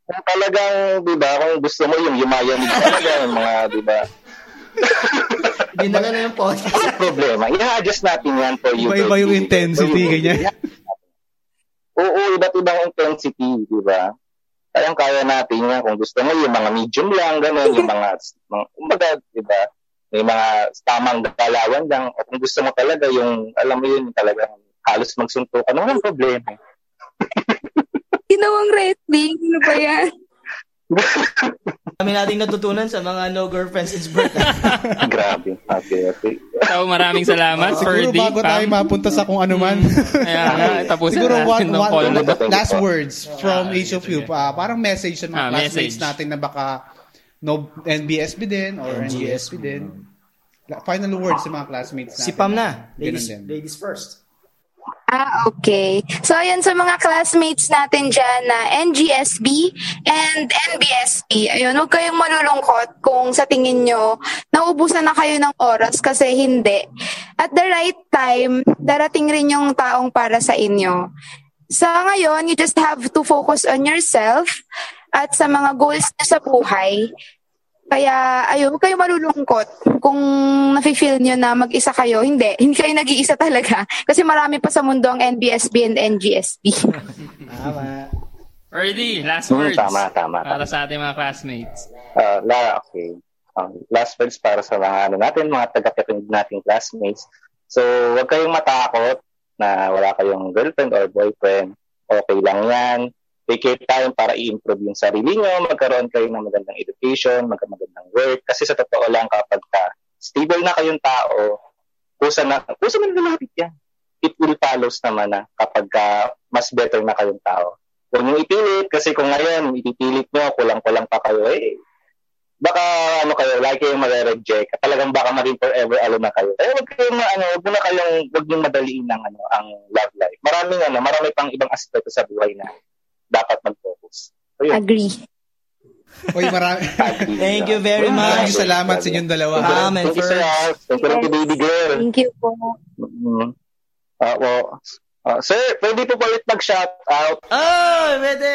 [SPEAKER 8] kung talagang, di ba, kung gusto mo yung yumayan talaga yung mga, di ba,
[SPEAKER 7] Dinala na yung podcast.
[SPEAKER 8] ano problema? I-adjust natin yan for you.
[SPEAKER 6] Iba-iba
[SPEAKER 8] baby.
[SPEAKER 6] yung intensity,
[SPEAKER 8] For you,
[SPEAKER 6] ganyan.
[SPEAKER 8] baby. Oo, iba't ibang intensity, di ba? Kayang kaya natin yan. Kung gusto mo, yung mga medium lang, gano'n, yung mga, mga umaga, di ba? May mga tamang galawan lang. O kung gusto mo talaga, yung, alam mo yun, talaga, halos magsuntukan. Walang problema.
[SPEAKER 1] Ginawang red thing. Ano ba yan?
[SPEAKER 7] Kami nating natutunan sa mga no girlfriends is
[SPEAKER 6] [LAUGHS]
[SPEAKER 7] birth.
[SPEAKER 8] Grabe. Okay, okay.
[SPEAKER 5] So, maraming
[SPEAKER 6] [LAUGHS]
[SPEAKER 5] salamat,
[SPEAKER 6] Ah, Siguro
[SPEAKER 5] Ferdy.
[SPEAKER 6] bago tayo
[SPEAKER 5] Pam.
[SPEAKER 6] mapunta sa kung ano man.
[SPEAKER 5] Kaya, tapusin
[SPEAKER 6] Siguro
[SPEAKER 5] natin
[SPEAKER 6] one,
[SPEAKER 5] ng
[SPEAKER 6] one,
[SPEAKER 5] call na to.
[SPEAKER 6] last
[SPEAKER 8] Thank you po.
[SPEAKER 6] words from each of you. Ah, parang message sa mga
[SPEAKER 5] Ah,
[SPEAKER 6] classmates
[SPEAKER 5] message.
[SPEAKER 6] natin na baka no NBSB din or NGSB din. La- Final words sa mga classmates natin.
[SPEAKER 7] si Pam na.
[SPEAKER 6] Ganun
[SPEAKER 7] Ladies,
[SPEAKER 6] din.
[SPEAKER 7] ladies first.
[SPEAKER 1] Ah, okay. So, ayan sa mga classmates natin dyan na NGSB and NBSB. E, Ayun, huwag kayong malulungkot kung sa tingin nyo naubusan na kayo ng oras kasi hindi. At the right time, darating rin yung taong para sa inyo. Sa ngayon, you just have to focus on yourself at sa mga goals nyo sa buhay. Kaya, ayun, huwag kayo malulungkot kung nafe-feel nyo na mag-isa kayo. Hindi, hindi kayo nag-iisa [LAUGHS] talaga. Kasi marami pa sa mundo ang NBSB and NGSB.
[SPEAKER 7] Tama.
[SPEAKER 5] Ferdy, last
[SPEAKER 8] Hmm,
[SPEAKER 5] words.
[SPEAKER 8] tama, tama, tama.
[SPEAKER 5] Para sa ating mga classmates.
[SPEAKER 8] Ah, la, okay. Um, last words para sa mga ano natin, mga tagapakinig nating classmates. So, huwag kayong matakot na wala kayong girlfriend or boyfriend. Okay lang yan. Take your time para i-improve yung sarili nyo. Magkaroon kayo ng magandang education, magka- magandang work. Kasi sa totoo lang, kapag ka stable na kayong tao, kusa na, kusa na lalapit yan. It will follows naman na kapag ka mas better na kayong tao. Huwag nyo ipilit kasi kung ngayon, ipipilit nyo, kulang-kulang pa kayo, eh, baka ano kayo, lagi kayong mare-reject. At Talagang baka maging forever alone na kayo. Eh, wag kayong ma- ano, wag mo na kayong, wag niyong madaliin ng ano, ang love life. Maraming ano, marami pang ibang aspeto sa buhay na dapat mag-focus. So, yun.
[SPEAKER 1] Agree.
[SPEAKER 6] Oy, [LAUGHS] marami.
[SPEAKER 7] Thank you very
[SPEAKER 6] Maraming
[SPEAKER 7] much.
[SPEAKER 6] salamat sa inyong dalawa.
[SPEAKER 7] Ah, Amen,
[SPEAKER 8] Thank you, sir. Thank you, thank you, baby girl.
[SPEAKER 1] Thank you po.
[SPEAKER 8] Mm-hmm. Ah, well, ah, sir, pwede po ulit mag-shout out.
[SPEAKER 7] Oh, pwede.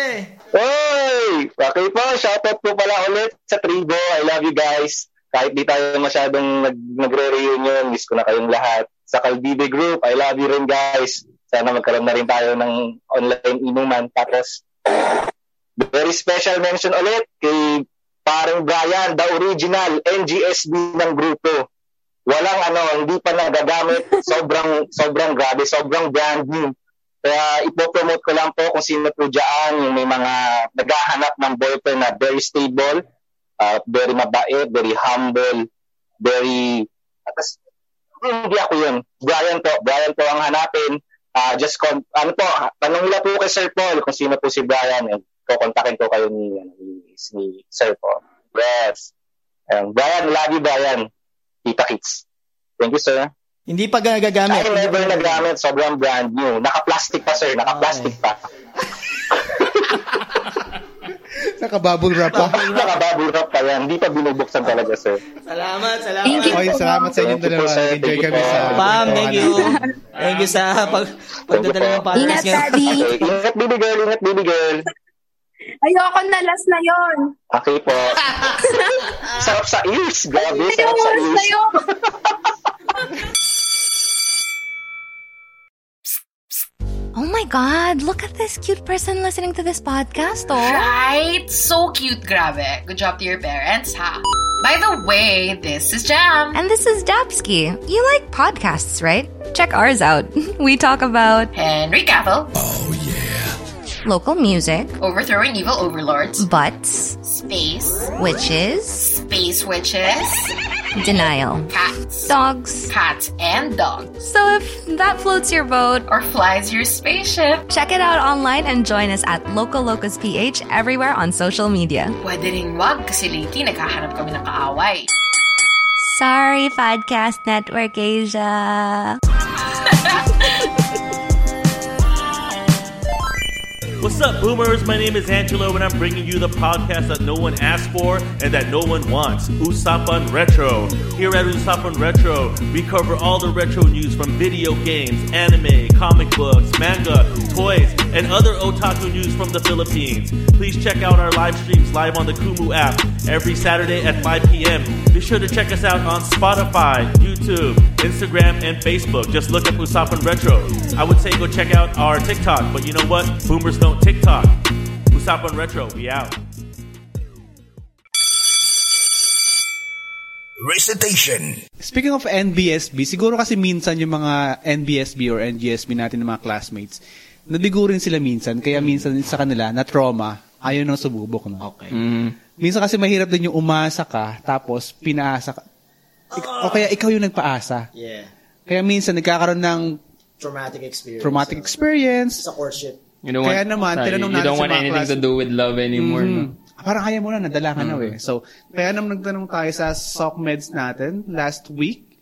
[SPEAKER 8] Oy! Okay po, shoutout po pala ulit sa Tribo. I love you guys. Kahit di tayo masyadong nag nagre-reunion, miss ko na kayong lahat. Sa Calvive Group, I love you rin guys. Sana magkaroon na rin tayo ng online inuman. Tapos, very special mention ulit kay parang Brian, the original NGSB ng grupo. Walang ano, hindi pa nagagamit. Sobrang, sobrang grabe, sobrang brand new. Kaya ipopromote ko lang po kung sino po dyan, yung may mga naghahanap ng boyfriend na very stable, uh, very mabait, very humble, very... Atas, hindi ako yun. Brian po. Brian po ang hanapin. Ah, just con- ano po, tanong nila po kay Sir Paul kung sino po si Brian. And kukontakin ko kayo ni, ano, ni, ni Sir Paul. Yes. Um, Brian, love you, Brian. Kita kits. Thank you, sir.
[SPEAKER 7] Hindi pa gagagamit.
[SPEAKER 8] Ay, never nagamit. Sobrang brand new. Naka-plastic pa, sir. Naka-plastic pa.
[SPEAKER 6] Nakabubble wrap pa.
[SPEAKER 8] Nakabubble wrap pa yan. Hindi pa binubuksan talaga, sir.
[SPEAKER 7] Salamat, salamat.
[SPEAKER 1] Thank you.
[SPEAKER 6] Okay, salamat sa inyong
[SPEAKER 8] Thank you
[SPEAKER 6] dalawa.
[SPEAKER 8] po, sir.
[SPEAKER 6] Enjoy
[SPEAKER 8] Thank you
[SPEAKER 6] kami
[SPEAKER 8] po.
[SPEAKER 6] sa...
[SPEAKER 7] Pam, thank you. Thank you sa pag pagdadala ng podcast
[SPEAKER 1] Ingat,
[SPEAKER 7] ngayon.
[SPEAKER 1] Daddy.
[SPEAKER 8] Okay, ingat baby girl, ingat baby girl.
[SPEAKER 1] Ayoko na, last na yon.
[SPEAKER 8] Okay po. sarap sa ears. Grabe, sarap sa
[SPEAKER 1] Ayoko na
[SPEAKER 8] ears.
[SPEAKER 1] yun.
[SPEAKER 9] Oh my God, look at this cute person listening to this podcast, oh.
[SPEAKER 10] Right? So cute, grabe. Good job to your parents, ha? By the way, this is Jam.
[SPEAKER 9] And this is Dabsky. You like podcasts, right? Check ours out. We talk about
[SPEAKER 10] Henry Cavill,
[SPEAKER 9] local music,
[SPEAKER 10] overthrowing evil overlords,
[SPEAKER 9] butts,
[SPEAKER 10] space,
[SPEAKER 9] witches,
[SPEAKER 10] space witches,
[SPEAKER 9] denial,
[SPEAKER 10] cats,
[SPEAKER 9] dogs.
[SPEAKER 10] cats and dogs,
[SPEAKER 9] So if that floats your boat,
[SPEAKER 10] or flies your spaceship.
[SPEAKER 9] check it out online and join us at Local Locus PH everywhere on social media.
[SPEAKER 10] Pwede rin wag kasi lately naghahanap kami ng kaaway.
[SPEAKER 9] Sorry, Podcast Network Asia.
[SPEAKER 11] What's up, boomers? My name is Angelo, and I'm bringing you the podcast that no one asked for and that no one wants Usapan Retro. Here at Usapan Retro, we cover all the retro news from video games, anime, comic books, manga, toys, and other otaku news from the Philippines. Please check out our live streams live on the Kumu app every Saturday at 5 p.m. Be sure to check us out on Spotify, YouTube, Instagram, and Facebook. Just look up Usapan Retro. I would say go check out our TikTok, but you know what? Boomers don't TikTok. Usapan Retro, we out.
[SPEAKER 4] Recitation.
[SPEAKER 6] Speaking of NBSB, siguro kasi minsan yung mga NBSB or NGSB natin ng mga classmates, nabigo rin sila minsan, kaya minsan sa kanila na trauma, ayaw nang sububok na. Okay. Minsan kasi mahirap din yung umasa ka, tapos pinaasa ka. Ik- o kaya ikaw yung nagpaasa.
[SPEAKER 7] Yeah.
[SPEAKER 6] Kaya minsan nagkakaroon ng
[SPEAKER 7] Traumatic experience.
[SPEAKER 6] traumatic experience.
[SPEAKER 7] Sa courtship.
[SPEAKER 5] You don't
[SPEAKER 6] Kaya
[SPEAKER 5] want,
[SPEAKER 6] naman,
[SPEAKER 5] sorry,
[SPEAKER 6] tinanong
[SPEAKER 5] you
[SPEAKER 6] natin
[SPEAKER 5] don't
[SPEAKER 6] sa
[SPEAKER 5] want
[SPEAKER 6] mga
[SPEAKER 5] anything to
[SPEAKER 6] klase-
[SPEAKER 5] do with love anymore.
[SPEAKER 6] Mm.
[SPEAKER 5] no?
[SPEAKER 6] Parang kaya mo na, nadala ka na
[SPEAKER 5] Mm.
[SPEAKER 6] eh. So, kaya nang nagtanong tayo sa sock meds natin last week.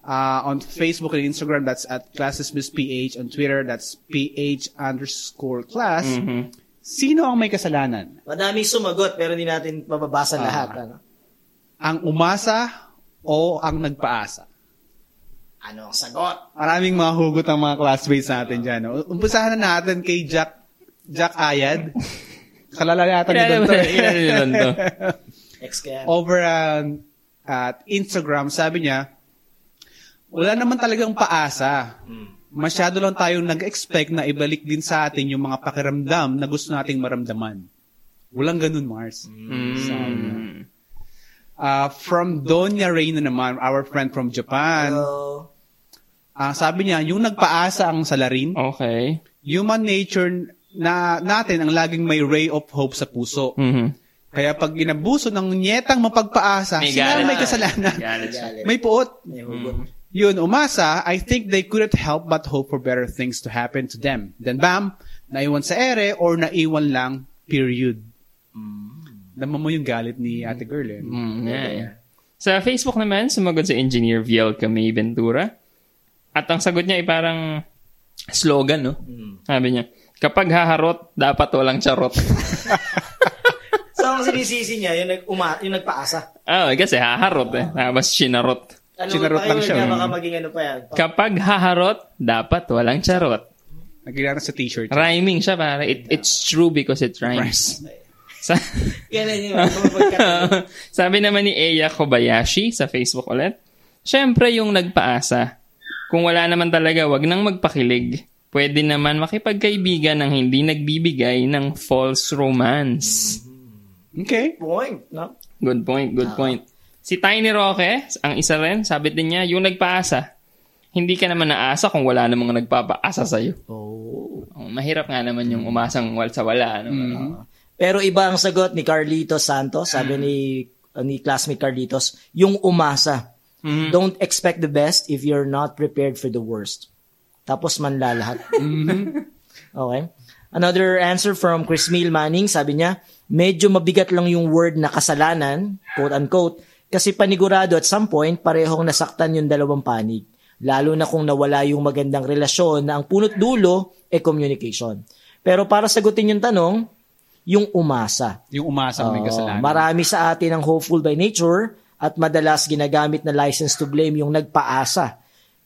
[SPEAKER 6] Uh, on Facebook and Instagram, that's at Classes Miss PH. On Twitter, that's PH underscore class.
[SPEAKER 5] Mm-hmm.
[SPEAKER 6] Sino ang may kasalanan?
[SPEAKER 7] Madaming sumagot pero hindi natin mababasa lahat. Ano?
[SPEAKER 6] Ang umasa o ang nagpaasa?
[SPEAKER 7] ano ang sagot?
[SPEAKER 6] Maraming mahugot ang mga classmates natin dyan. no? Umpisahan na natin kay Jack, Jack
[SPEAKER 5] [LAUGHS]
[SPEAKER 6] Ayad. Kalalayatan ni
[SPEAKER 5] Kilala mo
[SPEAKER 6] Don to,
[SPEAKER 5] na,
[SPEAKER 6] eh.
[SPEAKER 5] kilala nila to.
[SPEAKER 6] [LAUGHS]
[SPEAKER 7] Ex kaya.
[SPEAKER 6] over um, at Instagram, sabi niya, wala naman talagang paasa. Masyado lang tayong nag-expect na ibalik din sa atin yung mga pakiramdam na gusto nating maramdaman. Walang ganun, Mars.
[SPEAKER 5] Hmm. Mm-hmm.
[SPEAKER 6] Sabi niya. Ah, from Donya Reyna naman, our friend from Japan.
[SPEAKER 7] So,
[SPEAKER 6] Ah, sabi niya, yung nagpaasa ang salarin,
[SPEAKER 5] Okay.
[SPEAKER 6] human nature na natin ang laging may ray of hope sa puso.
[SPEAKER 5] Mm-hmm.
[SPEAKER 6] Kaya pag ginabuso ng nyetang mapagpaasa,
[SPEAKER 5] May
[SPEAKER 6] sila ang
[SPEAKER 5] galit.
[SPEAKER 6] may kasalanan.
[SPEAKER 5] Galit siya.
[SPEAKER 6] May puot.
[SPEAKER 7] may hugot.
[SPEAKER 6] Yun, umasa, I think they couldn't help but hope for better things to happen to them. Then bam, naiwan sa ere or naiwan lang, period.
[SPEAKER 5] Mm.
[SPEAKER 6] Naman mo yung galit ni
[SPEAKER 7] Mm.
[SPEAKER 6] ate girl eh.
[SPEAKER 5] Yeah, yeah. Sa Facebook naman, sumagot si Engineer VL Camille Ventura. At ang sagot niya ay parang slogan, no?
[SPEAKER 6] Mm.
[SPEAKER 5] Sabi niya, kapag haharot, dapat walang charot. [LAUGHS]
[SPEAKER 7] So, ang sinisisi niya, yung, nag uma, yung nagpaasa.
[SPEAKER 5] Ah, kasi haharot eh. Tapos chinarot.
[SPEAKER 7] Ano
[SPEAKER 6] Sinarot
[SPEAKER 7] pa
[SPEAKER 6] lang
[SPEAKER 7] yun?
[SPEAKER 6] siya.
[SPEAKER 7] Kaya Baka maging ano pa yan. Pa-
[SPEAKER 5] Kapag haharot, dapat walang charot.
[SPEAKER 6] Nagkilala sa t-shirt.
[SPEAKER 5] Rhyming siya para. It, it's true because it rhymes. Sa, [LAUGHS]
[SPEAKER 7] Kaya na yun, kumapagkat-
[SPEAKER 6] [LAUGHS]
[SPEAKER 5] sabi naman ni Eya Kobayashi sa Facebook ulit, Siyempre yung nagpaasa. Kung wala naman talaga, wag nang magpakilig. Pwede naman makipagkaibigan ng hindi nagbibigay ng false romance.
[SPEAKER 6] Okay.
[SPEAKER 7] Point, no?
[SPEAKER 5] Good point, good point. Si Tiny Roque, ang isa rin, sabi din niya, yung nagpaasa. Hindi ka naman naasa kung wala namang nagpapaasa sa'yo. Oh. Mahirap nga naman yung umasang wal sa wala. Ano?
[SPEAKER 7] Pero iba ang sagot ni Carlitos Santos, sabi ni uh, ni classmate Carlitos, yung umasa. Don't expect the best if you're not prepared for the worst. Tapos manla lahat. [LAUGHS] okay? Another answer from Chris Mil Manning, sabi niya, medyo mabigat lang yung word na kasalanan, quote-unquote, kasi panigurado at some point, parehong nasaktan yung dalawang panig. Lalo na kung nawala yung magandang relasyon na ang punot dulo e communication. Pero para sagutin yung tanong, yung umasa.
[SPEAKER 6] Yung umasa may
[SPEAKER 7] Oo,
[SPEAKER 6] kasalanan.
[SPEAKER 7] Marami sa atin ang hopeful by nature at madalas ginagamit na license to blame yung nagpaasa.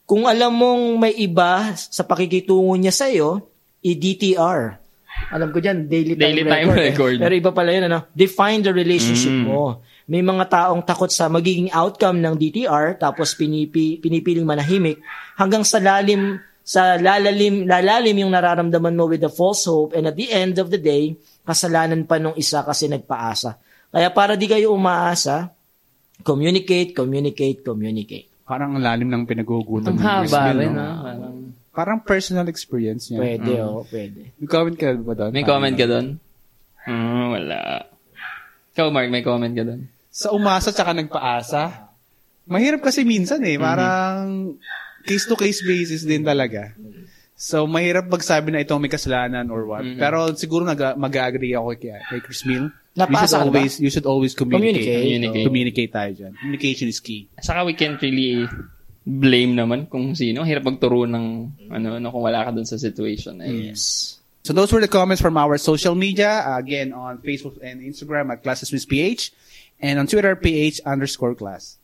[SPEAKER 7] Kung alam mong may iba sa pakikitungo niya sa'yo, i-DTR. Alam ko dyan, daily time,
[SPEAKER 5] Daily time
[SPEAKER 7] eh.
[SPEAKER 5] record.
[SPEAKER 7] Pero iba pala yun, ano? Define the relationship
[SPEAKER 5] Mm.
[SPEAKER 7] mo. May mga taong takot sa magiging outcome ng DTR tapos pinipi, pinipiling manahimik hanggang sa lalim sa lalalim lalalim yung nararamdaman mo with the false hope and at the end of the day kasalanan pa nung isa kasi nagpaasa. Kaya para di kayo umaasa, communicate, communicate, communicate.
[SPEAKER 6] Parang ang lalim ng pinaghugunan.
[SPEAKER 7] Ang
[SPEAKER 6] ni
[SPEAKER 7] haba
[SPEAKER 6] Ismael,
[SPEAKER 7] rin,
[SPEAKER 6] no?
[SPEAKER 7] ah,
[SPEAKER 6] Parang personal experience niya.
[SPEAKER 7] Pwede, oo, pwede.
[SPEAKER 6] May comment ka ba doon?
[SPEAKER 5] May comment ka doon? Mm, wala. Ikaw, Mark, may comment ka doon.
[SPEAKER 6] Sa umasa tsaka nagpaasa? Mahirap kasi minsan eh. Parang case-to-case basis din talaga. So, mahirap magsabi na ito may kasalanan or what.
[SPEAKER 7] Mhm.
[SPEAKER 6] Pero siguro nag- mag-agree ako kay, kay Chris Mill.
[SPEAKER 5] Napaasa ka ba?
[SPEAKER 6] you should always, you should always communicate.
[SPEAKER 5] Communicate.
[SPEAKER 6] So, communicate tayo dyan. Communication is key.
[SPEAKER 5] Saka we can't really blame naman kung sino. Hirap magturo ng ano, ano kung wala ka doon sa situation. Eh.
[SPEAKER 7] Yes.
[SPEAKER 6] So those were the comments from our social media. Uh, Again, on Facebook and Instagram at Classes with PH. And on Twitter, PH underscore class.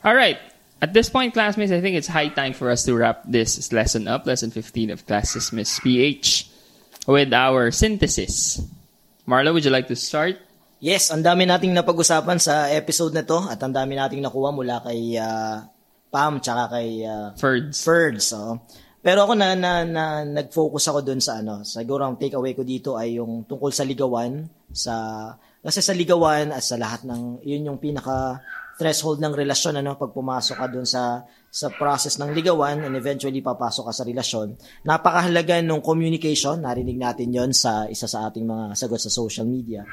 [SPEAKER 5] All right. At this point, classmates, I think it's high time for us to wrap this lesson up, lesson 15 of Classes Miss PH, with our synthesis. Marlo, would you like to start?
[SPEAKER 7] Yes, ang dami nating napag-usapan sa episode na to at ang dami nating nakuha mula kay ah, Pam tsaka kay ah,
[SPEAKER 5] Ferds.
[SPEAKER 7] oo. Pero ako na, na, na nag-focus ako dun sa ano, siguro ang takeaway ko dito ay yung tungkol sa ligawan sa kasi sa ligawan at sa lahat ng yun yung pinaka threshold ng relasyon ano pag pumasok ka dun sa sa process ng ligawan and eventually papasok ka sa relasyon. Napakahalaga ng communication, narinig natin yon sa isa sa ating mga sagot sa social media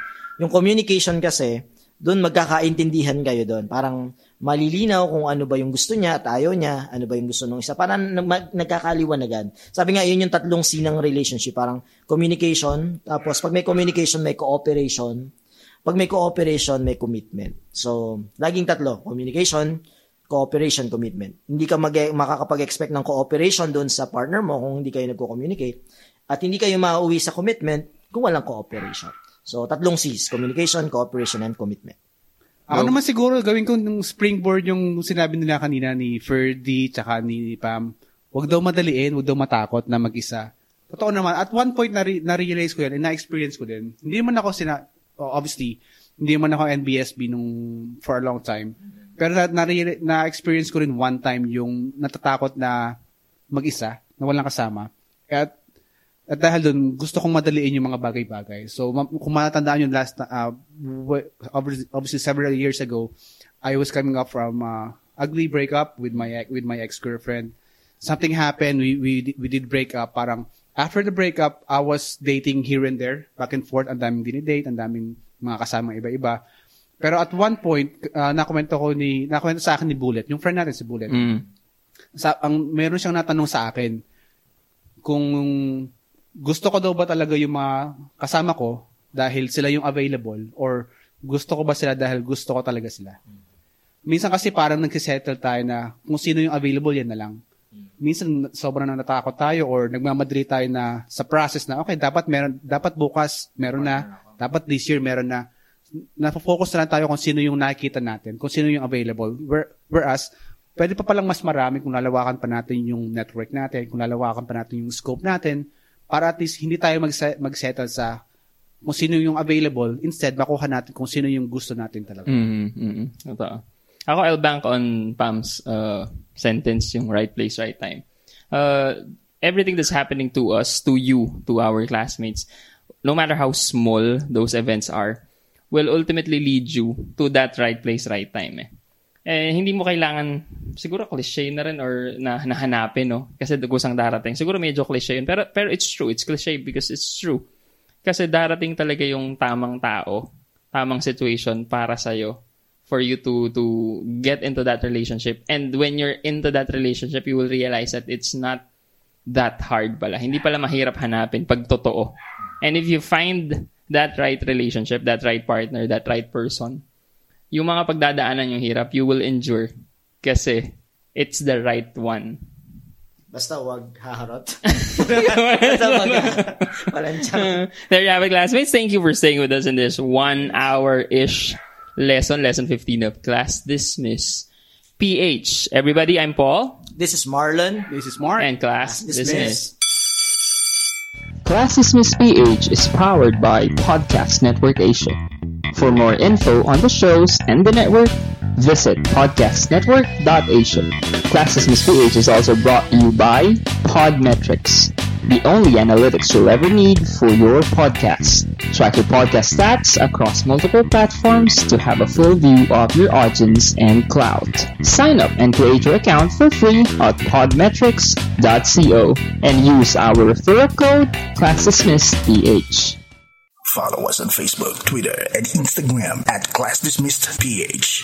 [SPEAKER 7] yung communication kasi, doon magkakaintindihan kayo doon. Parang malilinaw kung ano ba yung gusto niya at ayaw niya, ano ba yung gusto nung isa. Parang nag- mag- nagkakaliwanagan. Sabi nga, yun yung tatlong C ng relationship. Parang communication, tapos pag may communication, may cooperation. Pag may cooperation, may commitment. So, laging tatlo. Communication, cooperation, commitment. Hindi ka mag- makakapag-expect ng cooperation doon sa partner mo kung hindi kayo nagko-communicate. At hindi kayo mauwi sa commitment kung walang cooperation. So, tatlong C's. Communication, cooperation, and commitment.
[SPEAKER 6] Ako naman siguro, gawin ko ng springboard yung sinabi nila kanina ni Ferdy tsaka ni Pam. Huwag daw madaliin, huwag daw matakot na mag-isa. Totoo naman, at one point nare- na-realize ko yan and na-experience ko din. Hindi man ako sina... oh, obviously, hindi man ako NBSB nung for a long time. Pero na- na- na-experience ko rin one time yung natatakot na mag-isa, na walang kasama. At at dahil doon, gusto kong madaliin yung mga bagay-bagay. So, ma- kung matatandaan yung last, na- ah, w- obviously, obviously several years ago, I was coming up from uh, ugly breakup with my ex- with my ex-girlfriend. Something happened. We we di- we did break up. Parang after the breakup, I was dating here and there, back and forth. Ang daming dinidate, ang daming mga kasama iba-iba. Pero at one point, uh, nakomento ko ni nakomento sa akin ni Bullet, yung friend natin si Bullet.
[SPEAKER 5] Hmm.
[SPEAKER 6] Sa ang meron siyang natanong sa akin kung gusto ko daw ba talaga yung mga kasama ko dahil sila yung available or gusto ko ba sila dahil gusto ko talaga sila. Minsan kasi parang nagsisettle tayo na kung sino yung available, yan na lang. Minsan sobrang na natakot tayo or nagmamadali tayo na sa process na okay, dapat meron dapat bukas meron na, dapat this year meron na. Nafo-focus na lang tayo kung sino yung nakikita natin, kung sino yung available. Where- Whereas, pwede pa palang mas marami kung lalawakan pa natin yung network natin, kung lalawakan pa natin yung scope natin, para at least hindi tayo magse- magsettle sa kung sino yung available. Instead, makuha natin kung sino yung gusto natin talaga.
[SPEAKER 5] Mm, mm, mm. Totoo. Ako, I'll bank on Pam's uh, sentence, yung right place, right time. Uh, everything that's happening to us, to you, to our classmates, no matter how small those events are, will ultimately lead you to that right place, right time. Eh. Eh, hindi mo kailangan, siguro cliche na rin or na, nahanapin, no? Kasi gusang darating. Siguro medyo cliche yun. Pero, pero it's true. It's cliche because it's true. Kasi darating talaga yung tamang tao, tamang situation para sa'yo for you to to get into that relationship. And when you're into that relationship, you will realize that it's not that hard pala. Hindi pala mahirap hanapin pag totoo. And if you find that right relationship, that right partner, that right person, yung mga pagdadaanan yung hirap, you will endure kasi it's the right one.
[SPEAKER 7] Basta wag haharot. Basta wag [LAUGHS] walang
[SPEAKER 12] there you have it, classmates. Thank you for staying with us in this one hour ish lesson, lesson 15 of class dismiss. PH. Everybody, I'm Paul.
[SPEAKER 7] This is Marlon.
[SPEAKER 13] This is Mark.
[SPEAKER 12] And class dismiss.
[SPEAKER 5] Class Dismiss PH is powered by Podcast Network Asia. For more info on the shows and the network, visit podcastnetwork.asia. Class Dismiss PH is also brought to you by Podmetrics, the only analytics you'll ever need for your podcast. Track your podcast stats across multiple platforms to have a full view of your audience and cloud. Sign up and create your account for free at podmetrics.co and use our referral code ClassDismissedPH.
[SPEAKER 4] Follow us on Facebook, Twitter, and Instagram at Class Dismissed PH.